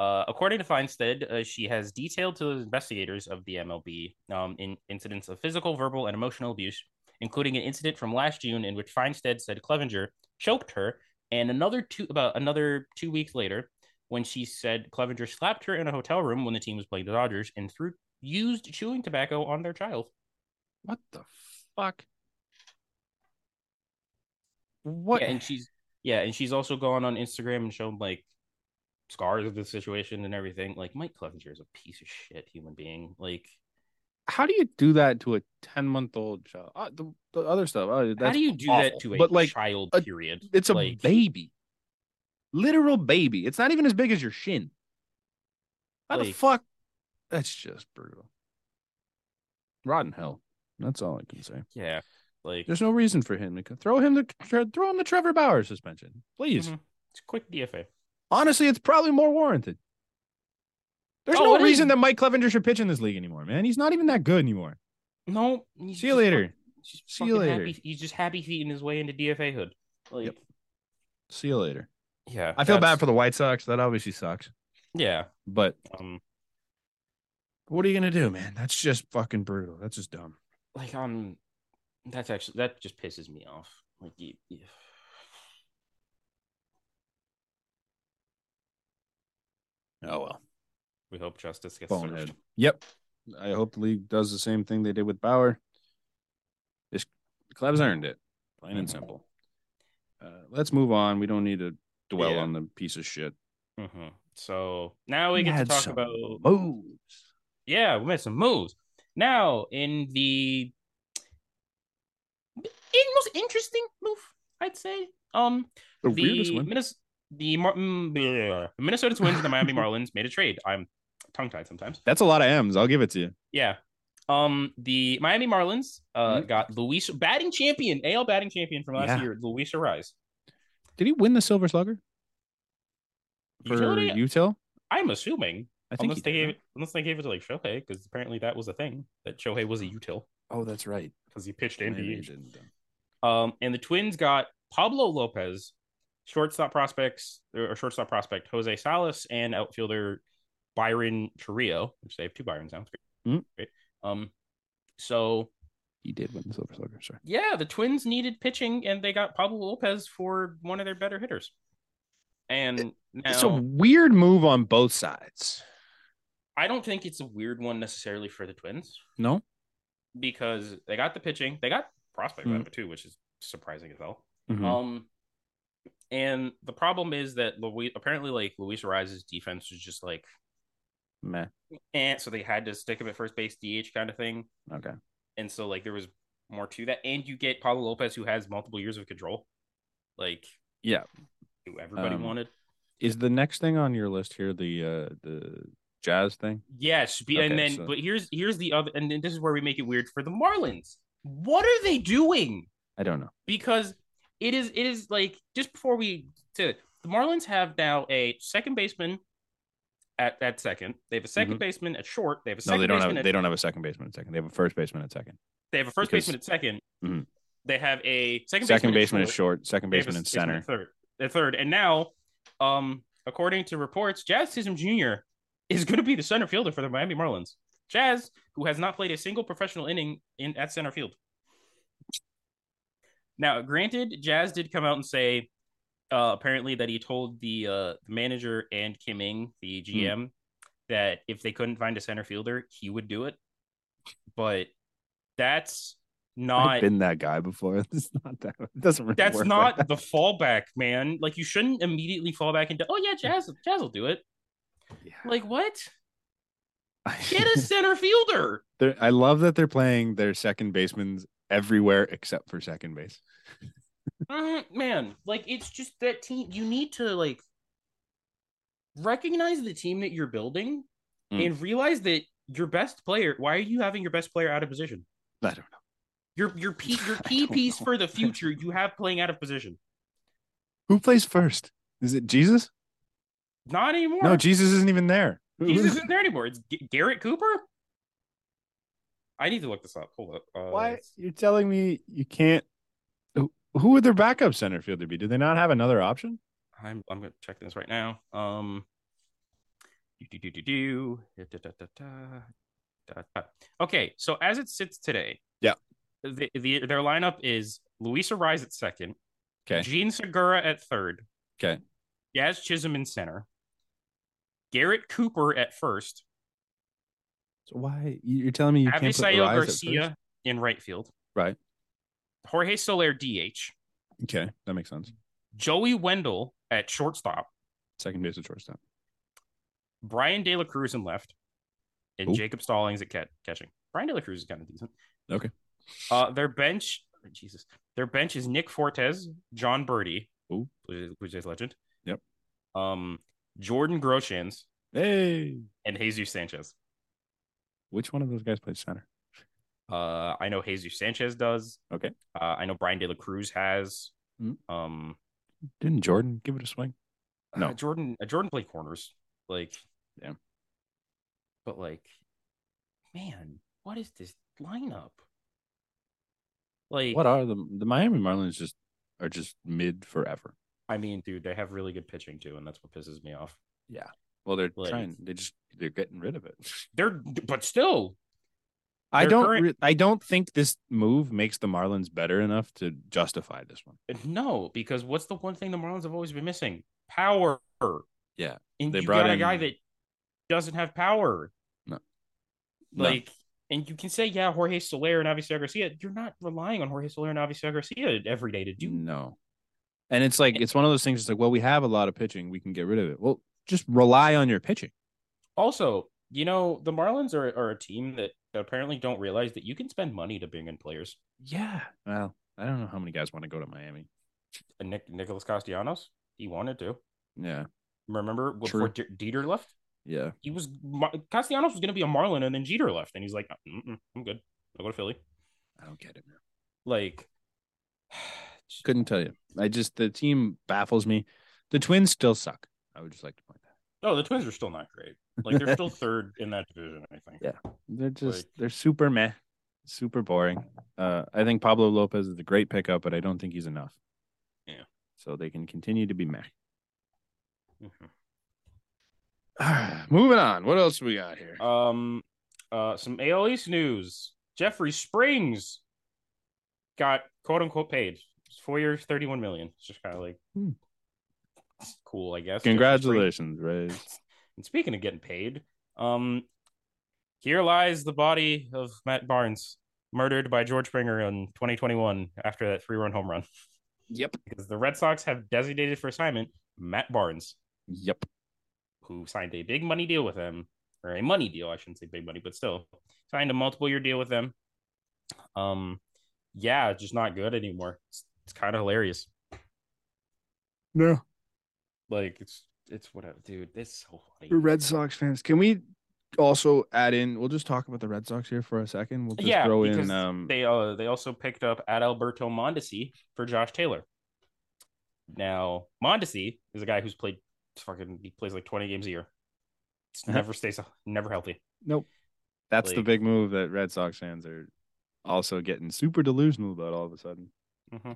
Uh, according to Feinstead, uh, she has detailed to the investigators of the MLB um, in incidents of physical, verbal, and emotional abuse, including an incident from last June in which Feinstead said Clevenger choked her, and another two about another two weeks later when she said Clevenger slapped her in a hotel room when the team was playing the Dodgers and threw used chewing tobacco on their child. What the fuck? What? Yeah, and she's yeah, and she's also gone on Instagram and shown like scars of the situation and everything. Like Mike Clevenger is a piece of shit human being. Like how do you do that to a ten month old child? Uh, the, the other stuff. Uh, how that's, do you do awful. that to a But, like, child a- period? it's a like, baby, literal baby. It's not even as big as your shin. How the Like- fuck? That's just brutal. Rotten hell. That's all I can say. yeah. Like There's no reason for him to co- throw him the tre- throw him the Trevor Bauer suspension, please. mhm. it's quick DFA. Honestly, it's probably more warranted. There's Oh, no it is. reason that Mike Clevenger should pitch in this league anymore, man. He's not even that good anymore. No, he's See you just later. fuck- he's See you fucking later. Happy, he's just happy feeding his way into DFA hood. Like See you later. yeah, I feel that's- bad for the White Sox. That obviously sucks. yeah. But Um, what are you gonna do, man? That's just fucking brutal. That's just dumb. like um, that's actually that just pisses me off. Like you, you- Oh well. we hope justice gets Bonehead. served. Yep. I hope the league does the same thing they did with Bauer. This Clevs earned it. Plain and Mhm. simple. Uh, let's move on. We don't need to dwell Yeah. on the piece of shit. hmm So now we get to had talk some about moves. yeah, we made some moves. Now in the in most interesting move, I'd say. Um, The, the weirdest one. Minnes- the Mar- mm, bleh. Minnesota Twins and the Miami Marlins made a trade. I'm tongue tied sometimes. That's a lot of M's. I'll give it to you. Yeah. Um, the Miami Marlins uh got Luis batting champion, AL batting champion from last Mm-hmm. Yeah. year, Luis Arise. Did he win the Silver Slugger for Utility, Util? I'm assuming I think unless he they did, gave right? it, unless they gave it to like Shohei because apparently that was a thing that Shohei was a util. Oh, that's right. because he pitched Maybe he NDH. didn't, though. Um, and the Twins got Pablo Lopez, shortstop prospects or shortstop prospect Jose Salas, and outfielder Mm-hmm. Byron Chirio, which they have two Byrons now. It's great. Mm. Great. Um, so He did win the Silver Slugger. Sorry. Yeah, the Twins needed pitching, and they got Pablo Lopez for one of their better hitters. And now, It's a weird move on both sides. I don't think it's a weird one necessarily for the Twins No. because they got the pitching, they got prospect Mhm. out of it too, which is surprising as hell. Mhm. Um, and the problem is that Luis, apparently, like Luis Ariza's defense was just like, Meh. and so they had to stick him at first base, DH kind of thing. Okay. and so like there was more to that and you get Pablo Lopez who has multiple years of control like Yeah. who everybody Um, wanted Is the next thing on your list here the uh the Jazz thing? yes be, okay, and then so- but here's here's the other and then this is where we make it weird for the Marlins what are they doing I don't know. because it is it is like just before we say it, the Marlins have now a second baseman at, at second they have a 2nd Mhm. baseman at short they have a No, second they don't baseman have at they don't have a second baseman at second. They have a first baseman at second. they have a first because- baseman at 2nd Mhm. they have a second Second baseman baseman at is short, second Davis baseman and is in center. third, the third, and now, um, according to reports, Jazz Chisholm Jr. is going to be the center fielder for the Miami Marlins. Jazz, who has not played a single professional inning in at center field. Now, granted, Jazz did come out and say, uh, apparently that he told the uh, the manager and Kim Ng, the Hmm. GM, that if they couldn't find a center fielder, he would do it. But that's I've not been that guy before. It's not that it doesn't really that's work not like that. the fallback, man. Like you shouldn't immediately fall back into, oh yeah, Jazz, Jazz will do it. Yeah. Like what? Get a center fielder. They're- I love that they're playing their second basemans everywhere except for second base. Mhm, man, like it's just that team. You need to like recognize the team that you're building Mm. and realize that your best player. Why are you having your best player out of position? I don't know. Your your pe- your I key don't piece know. for the future you have playing out of position. Who plays first? Is it Jesus? Not anymore. No, Jesus isn't even there. Jesus isn't there anymore. It's G- Garrett Cooper. I need to look this up. Hold up. Uh, Why you're telling me you can't? who- Who would their backup center fielder be? Do they not have another option? I'm I'm gonna check this right now. Um do do do do do da, da, da, da, da, da. Okay, so as it sits today, Yeah. the, the their lineup is Luisa Rise at second, Okay. Gene Segura at third, Okay. Yaz Chisholm in center, Garrett Cooper at first, So why you're telling me you can't put Avisail Rise at first? Garcia in right field, Right. Jorge Soler DH, Okay, that makes sense. Joey Wendell at shortstop, Second base and shortstop. Brian De La Cruz in left, and Who? Jacob Stallings at cat- catching. Brian De La Cruz is kind of decent. Okay. Uh, their bench, Jesus, their bench is Nick Fortes, John Birdie, Who? Blue Jays- Blue Jays legend. Yep. Um, Jordan Groshans Hey, and Jesus Sanchez. which one of those guys plays center? Uh, I know Jesus Sanchez does. Okay. Uh, I know Brian De La Cruz has. Mhm. Um, Didn't Jordan give it a swing? No. uh, Jordan. Uh, Jordan played corners. Like, Yeah. But like, man, what is this lineup? Like, What are the the Miami Marlins just are just mid forever? I mean, dude, they have really good pitching too, and that's what pisses me off. Well, they're Like- trying. They just they're getting rid of it. They're, but still, I Their don't. current- re- I don't think this move makes the Marlins better enough to justify this one. no, because what's the one thing the Marlins have always been missing? Power. Yeah. and They you brought got a in- guy that doesn't have power. No. No. like, and you can say, yeah, Jorge Soler and Avisail Garcia. You're not relying on Jorge Soler and Avisail Garcia every day to do. No, and it's like it's one of those things. It's like, well, we have a lot of pitching. We can get rid of it. Well, just rely on your pitching. Also, you know, the Marlins are, are a team that apparently don't realize that you can spend money to bring in players. Yeah. Well, I don't know how many guys want to go to Miami. And Nick, Nicholas Castellanos, he wanted to. Yeah. Remember before De- Dieter left? Yeah. he was Mar- Castellanos was going to be a Marlin, and then Jeter left, and he's like, Mm-mm, "I'm good. I'll go to Philly." I don't get it. Man. Like, Couldn't tell you. I just the team baffles me. The Twins still suck. I would just like to point that. out. no, oh, the Twins are still not great. Like they're still third in that division, I think. Yeah. They're just Like- they're super meh, super boring. Uh, I think Pablo Lopez is a great pickup, but I don't think he's enough. Yeah. So they can continue to be meh. Mhm. Moving on. What else we got here? Um, uh, some AL East news: Jeffrey Springs got quote unquote paid. It's four years, thirty-one million. It's just kind of like Hmm. it's cool, I guess. Just free- Congratulations, Rays. And speaking of getting paid, um, here lies the body of Matt Barnes, murdered by George Springer in 2021 after that three-run home run. Yep. Because the Red Sox have designated for assignment Matt Barnes, Yep. who signed a big money deal with them, or a money deal, I shouldn't say big money, but still signed a multiple-year deal with them. Um, yeah, it's just not good anymore. It's, it's kind of hilarious. No, Like it's it's whatever, dude. It's so funny. we're Red Sox fans. Can we? Also, add in. We'll just talk about the Red Sox here for a second. We'll just yeah, throw because in. Um, they uh they also picked up Adalberto Mondesi for Josh Taylor. Now Mondesi is a guy who's played fucking he plays like twenty games a year. It's never stays never healthy. that's the like- big move that Red Sox fans are also getting super delusional about all of a sudden. Mm-hmm.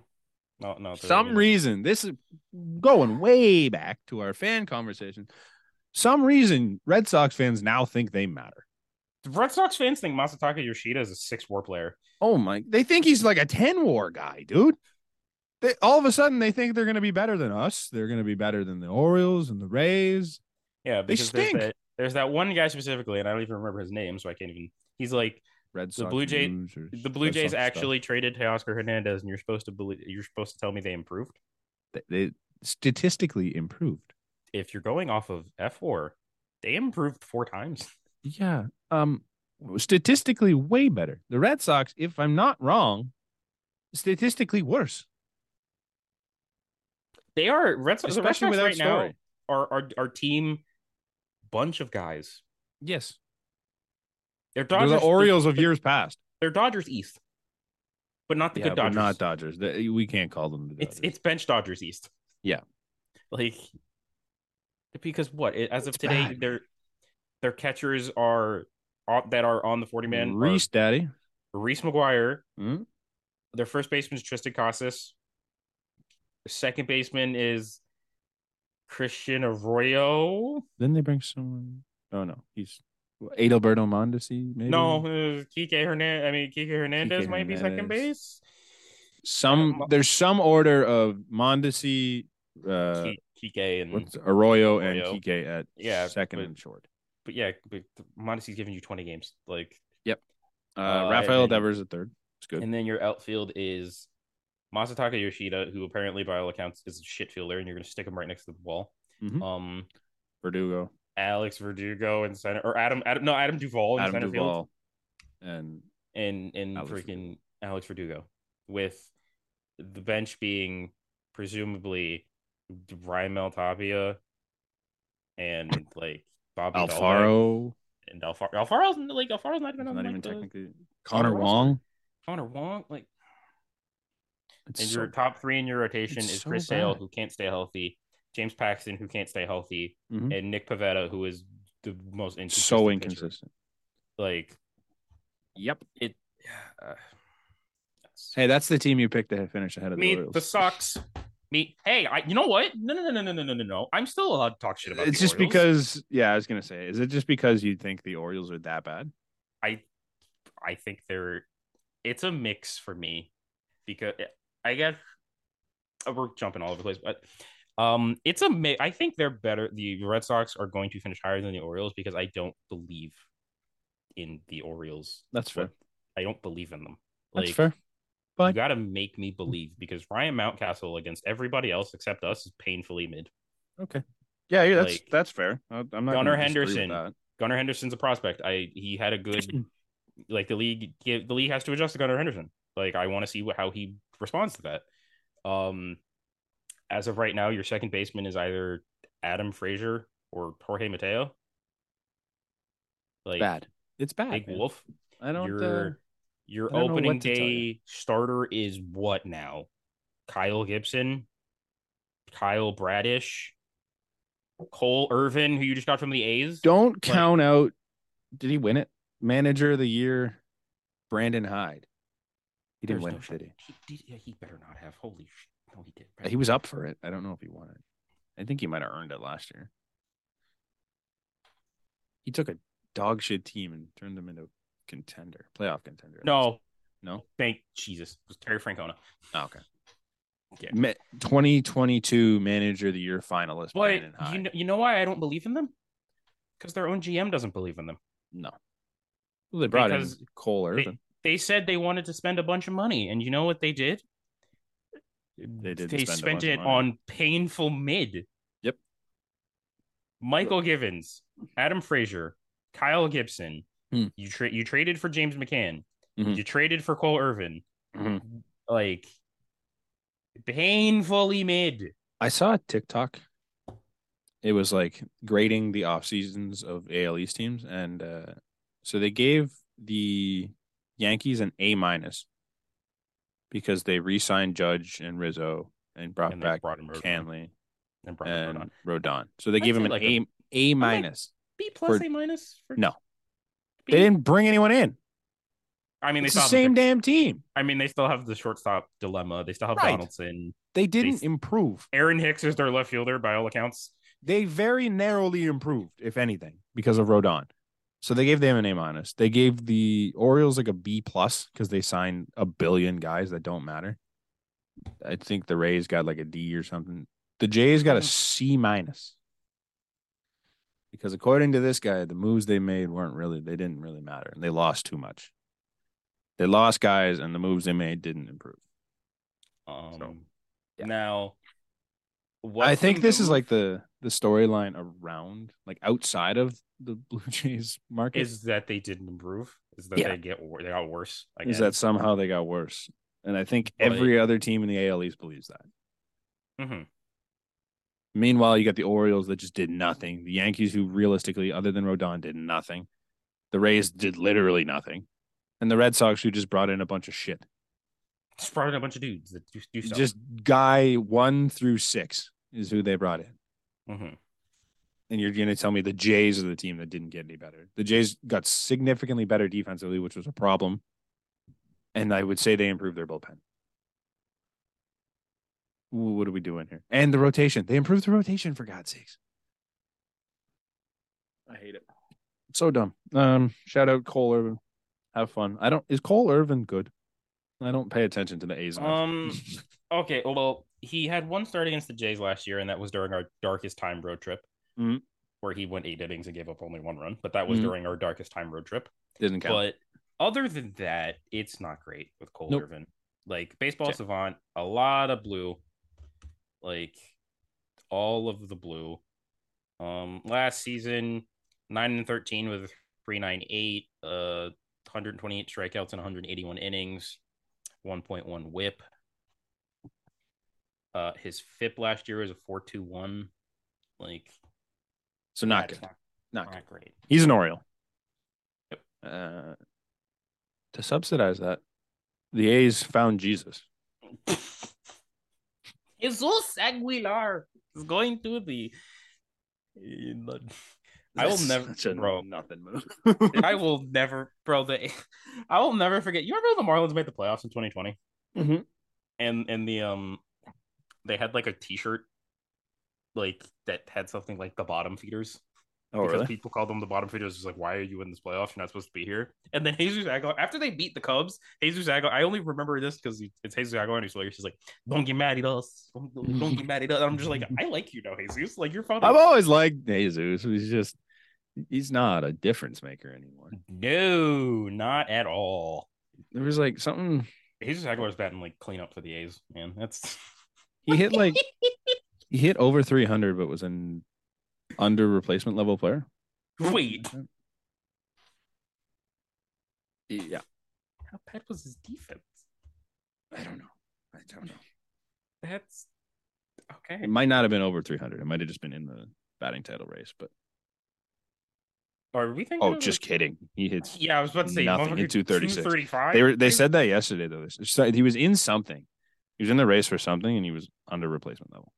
No, no. they're- some reason this is going way back to our fan conversation some reason red sox fans now think they matter the Red Sox fans think Masataka Yoshida is a six WAR player. oh my they think he's like a 10 war guy dude they, all of a sudden they think they're going to be better than us they're going to be better than the orioles and the rays Yeah, because there's stink. that, there's that one guy specifically, and I don't even remember his name, so I can't even. He's like red The sox Blue Jay- losers. the Blue Red Jays Sox actually traded Teoscar Hernandez, and you're supposed to believe you're supposed to tell me they improved. suck. they, they statistically improved if you're going off of F4, they improved four times. yeah um statistically way better the red sox if i'm not wrong statistically worse They are Red Sox, the Red especially Sox without right story now are our our team bunch of guys. yes They're They're Dodgers. the Orioles of they're- years past. They're Dodgers East, but not the Yeah, good but Dodgers. not Dodgers. They- We can't call them the it's Dodgers. it's bench Dodgers East. Yeah. like because what it- as of today bad. their their catchers are on- that are on the forty man. Reese Daddy. Reese McGuire. Hmm? Their first baseman is Tristan Casas. Their second baseman is Christian Arroyo. Then they bring someone. Oh no, he's Adelberto Mondesi. Maybe No, uh, Kike Hernandez. I mean, Kike Hernandez Kike might be second base. Hernandez. Some there's some order of Mondesi, uh, Ki- Kike and what's Arroyo and Arroyo. Kike at Yeah, second but- and short. but yeah, but Mondesi's giving you twenty games. Like, Uh, Uh, Rafael and then- Devers at third. It's good. and then your outfield is Masataka Yoshida, who apparently by all accounts is a shit fielder, and you're gonna stick him right next to the wall. Mhm. Um, Verdugo, Alex Verdugo in center, or Adam, Adam, no, Adam Duvall in Adam center field. Duvall, and and and Alex freaking Verdugo. Alex Verdugo, with the bench being presumably Ryan Tapia and like Bobby Dahlbeck Alfaro. and Alfaro. Alfaro's like Alfaro's not even on Not like, even the- technically. Connor Connor Wong. Wong. Connor Wong. Like It's and so your top three in your rotation It's is so Chris Sale, bad. who can't stay healthy, James Paxton, who can't stay healthy, Mhm. and Nick Pavetta, who is the most inconsistent so pitcher. inconsistent. Like Yep. it. Uh, that's- Hey, that's the team you picked to finish ahead of the meet Orioles. the Sox. Meet. Hey, I, you know what? No, no, no, no, no, no, no, no. I'm still allowed to talk shit about. it's the just Orioles. because yeah i was gonna say is it just because you think the orioles are that bad I, I think they're. It's a mix for me, because I guess uh, we're jumping all over the place, but um, it's a mix. I think they're better. The Red Sox are going to finish higher than the Orioles because I don't believe in the Orioles. that's fair. I don't believe in them. that's fair You But- got to make me believe because Ryan Mountcastle against everybody else except us is painfully mid. yeah, yeah that's Like- that's fair I- i'm not Gunnar gonna disagree with Henderson. that. Gunnar Henderson's a prospect. I he had a good like the league give, the league has to adjust to Gunnar Henderson. Like I want to see what how he responds to that. Um as of right now, your second baseman is either Adam Frazier or Jorge Mateo. Like bad it's bad Big man. Wolf. i don't your uh, your I don't know opening what to tell you. day starter is what now? Kyle Gibson, Kyle Bradish, Cole Irvin, who you just got from the A's. don't count out did he win it manager of the year brandon hyde he didn't There's win no it shot. did he He, did- yeah, he better not have. Holy shit. No, he did. he was up for it i don't know if he won it i think he might have earned it last year he took a dog shit team and turned them into a contender playoff contender No, No? Thank Jesus. It was Terry Francona. Oh, okay. Yeah. Ma- 2022 Manager of the Year finalist. But Brandon Hyde. you know, you know why I don't believe in them? Because their own GM doesn't believe in them. no. Well, they brought Because in Cole they- Irvin. They said they wanted to spend a bunch of money, and you know what they did? They, did they spend a spent bunch of it money. on painful mid. Yep. Michael Givens, Adam Frazier, Kyle Gibson. Hmm. You tra- you traded for James McCann. Mhm. You traded for Cole Irvin. Mhm. Like painfully mid. I saw a TikTok. It was like grading the off seasons of AL East teams, and uh, so they gave the Yankees an A minus because they re-signed Judge and Rizzo and brought And they back brought him over. Canley And Brian and Rodon. Rodon. So they I'd gave him say an like A a- I A like- minus. B plus for- A minus. For... No. B? They didn't bring anyone in. I mean, they It's the still have same pick- damn team. I mean, they still have the shortstop dilemma. They still have Right. Donaldson. They didn't s- improve. Aaron Hicks is their left fielder by all accounts. they very narrowly improved, if anything, because of Rodon. So they gave them an A minus. They gave the Orioles like a B plus because they signed a billion guys that don't matter. I think the Rays got like a D or something. The Jays got a Mhm. C minus. Because according to this guy, the moves they made weren't really they didn't really matter and they lost too much. They lost guys and the moves they made didn't improve. Um, yeah. Now, what I think this is like the the storyline around like outside of the Blue Jays market is that they didn't improve. Is that Yeah. they get wor- they got worse? I is guess. that somehow they got worse. And I think But- every other team in the AL East believes that. Mhm. Meanwhile, you got the Orioles that just did nothing. The Yankees, who realistically, other than Rodon, did nothing. The Rays did literally nothing. And the Red Sox, who just brought in a bunch of shit. Just brought in a bunch of dudes that do, do stuff. Just guy one through six is who they brought in. Mhm. and you're going to tell me the Jays are the team that didn't get any better. The Jays got significantly better defensively, which was a problem. And I would say they improved their bullpen. Ooh, What are we doing here? And the rotation. They improved the rotation for God's sakes. I hate it. So dumb. Um, shout out Cole Irvin. Have fun. I don't is Cole Irvin good? I don't pay attention to the A's. enough. Um, Okay, well, he had one start against the Jays last year, and that was during our darkest time road trip, Mhm. where he went eight innings and gave up only one run. But that was Mhm. during our darkest time road trip. Didn't count. But other than that, it's not great with Cole Nope. Irvin. Like baseball Yeah. savant, a lot of blue, like all of the blue. Um, last season, nine and thirteen with a three nine eight, uh, hundred twenty eight strikeouts and one hundred eighty one innings, one point one WHIP. Uh, his FIP last year was a four two one. Like so not that's good. not, Not good. not great. He's an Oriole. Yep. Uh, to subsidize that, the A's found Jesus. Jesus Aguilar is going to be. I will That's never, such a bro. Nothing move. I will never, bro. The, I will never forget. You remember the Marlins made the playoffs in 2020, Mhm. and and the um, they had like a T-shirt, like that had something like the bottom feeders Oh because really? people called them the bottom feeders. It's like, why are you in this playoff? You're not supposed to be here. And then Jesus Aguilar, after they beat the Cubs, Jesus Aguilar, I only remember this because it's Jesus Aguilar and he's like, she's like, don't get mad at us. Don't, don't get mad at us. And I'm just like, I like you now, Jesus. Like, you're fine. I've always liked Jesus. He's just he's not a difference maker anymore. No, not at all. There was like something Jesus Aguilar's batting like cleanup for the A's, man. That's he hit like he hit over three hundred, but was an under replacement level player. wait. Yeah, How bad was his defense? I don't know. I don't know. That's okay. It might not have been over three hundred. It might have just been in the batting title race. But Are we thinking? oh, of just the- kidding. He hits yeah. I was about to say Nothing. He hit 236. 235? They were they said that yesterday though. It's- it's- He was in something. He was in the race for something, and he was under replacement level.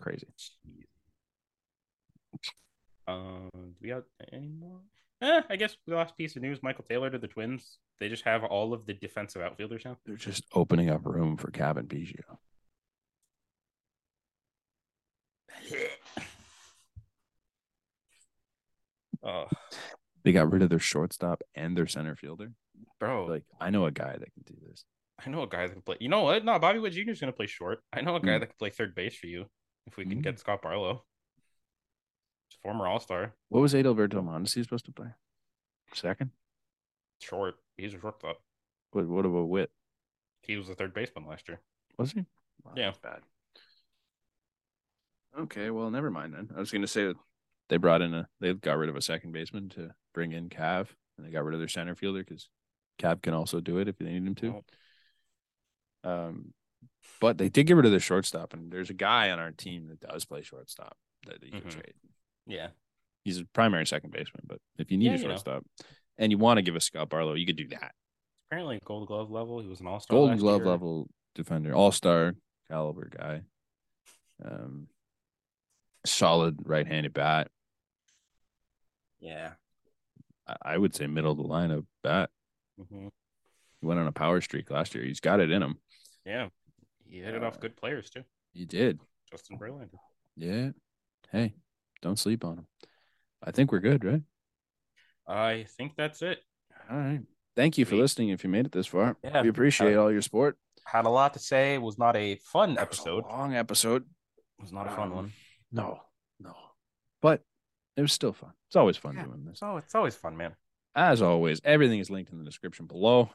Crazy. Um, do we got any more? Eh, I guess the last piece of news: Michael Taylor to the Twins. They just have all of the defensive outfielders now. They're just opening up room for Cabin Biggio. Oh, They got rid of their shortstop and their center fielder. bro. Like, I know a guy that can do this. I know a guy that can play. You know what? No, Bobby Wood Jr. is going to play short. I know a Hmm. guy that can play third base for you if we can get Scott Barlow, He's a former All Star, What was Adalberto Mondesi supposed to play? Second? short. He's a shortstop. What what about Wit? He was the third baseman last year. Was he? Wow, Yeah. that's bad. Okay, well, never mind then. I was gonna say They brought in a they got rid of a second baseman to bring in Cav and they got rid of their center fielder because Cav can also do it if they need him to. Well, Um, but they did get rid of the shortstop, and there's a guy on our team that does play shortstop that you Mhm. could trade. yeah. He's a primary second baseman, but if you need Yeah, a you know. shortstop and you want to give a Scott Barlow, you could do that. Apparently, Gold Glove level. He was an All Star. Golden Glove level defender, All Star caliber guy, um, solid right-handed bat. Yeah. I, I would say middle of the line of bat. hmm He went on a power streak last year. He's got it in him. Yeah. He hit it Uh, off good players too. He did. Justin Verlander. Yeah. Hey, don't sleep on him. I think we're good, right? I think that's it. All right. Thank you for Sweet. listening. If you made it this far, Yeah. we appreciate all your support. Had a lot to say. It was not a fun That was a episode. Um, long episode. It was not a fun one. No, no, but it was still fun. It's always fun Yeah. doing this. So it's always fun, man. As always, everything is linked in the description below.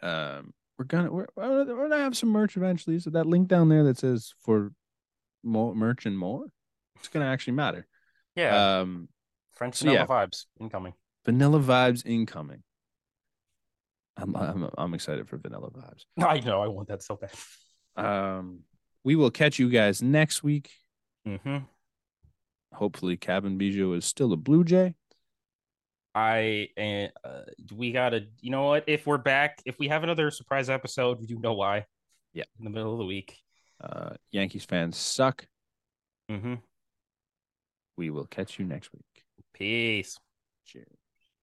Um, we're gonna we're we're we're gonna have some merch eventually. So that link down there that says for more merch and more, it's gonna actually matter. Yeah. Um, French so vanilla yeah. vibes incoming. Vanilla Vibes incoming. I'm I'm I'm excited for Vanilla Vibes. I know. I want that so bad. Um, we will catch you guys next week. Mm-hmm. Hopefully, Cabin Bijou is still a Blue Jay. I and uh, we gotta, you know what? If we're back, if we have another surprise episode, you know why? Yeah. in the middle of the week. Uh, Yankees fans suck. Mm-hmm. We will catch you next week. Peace. Cheers.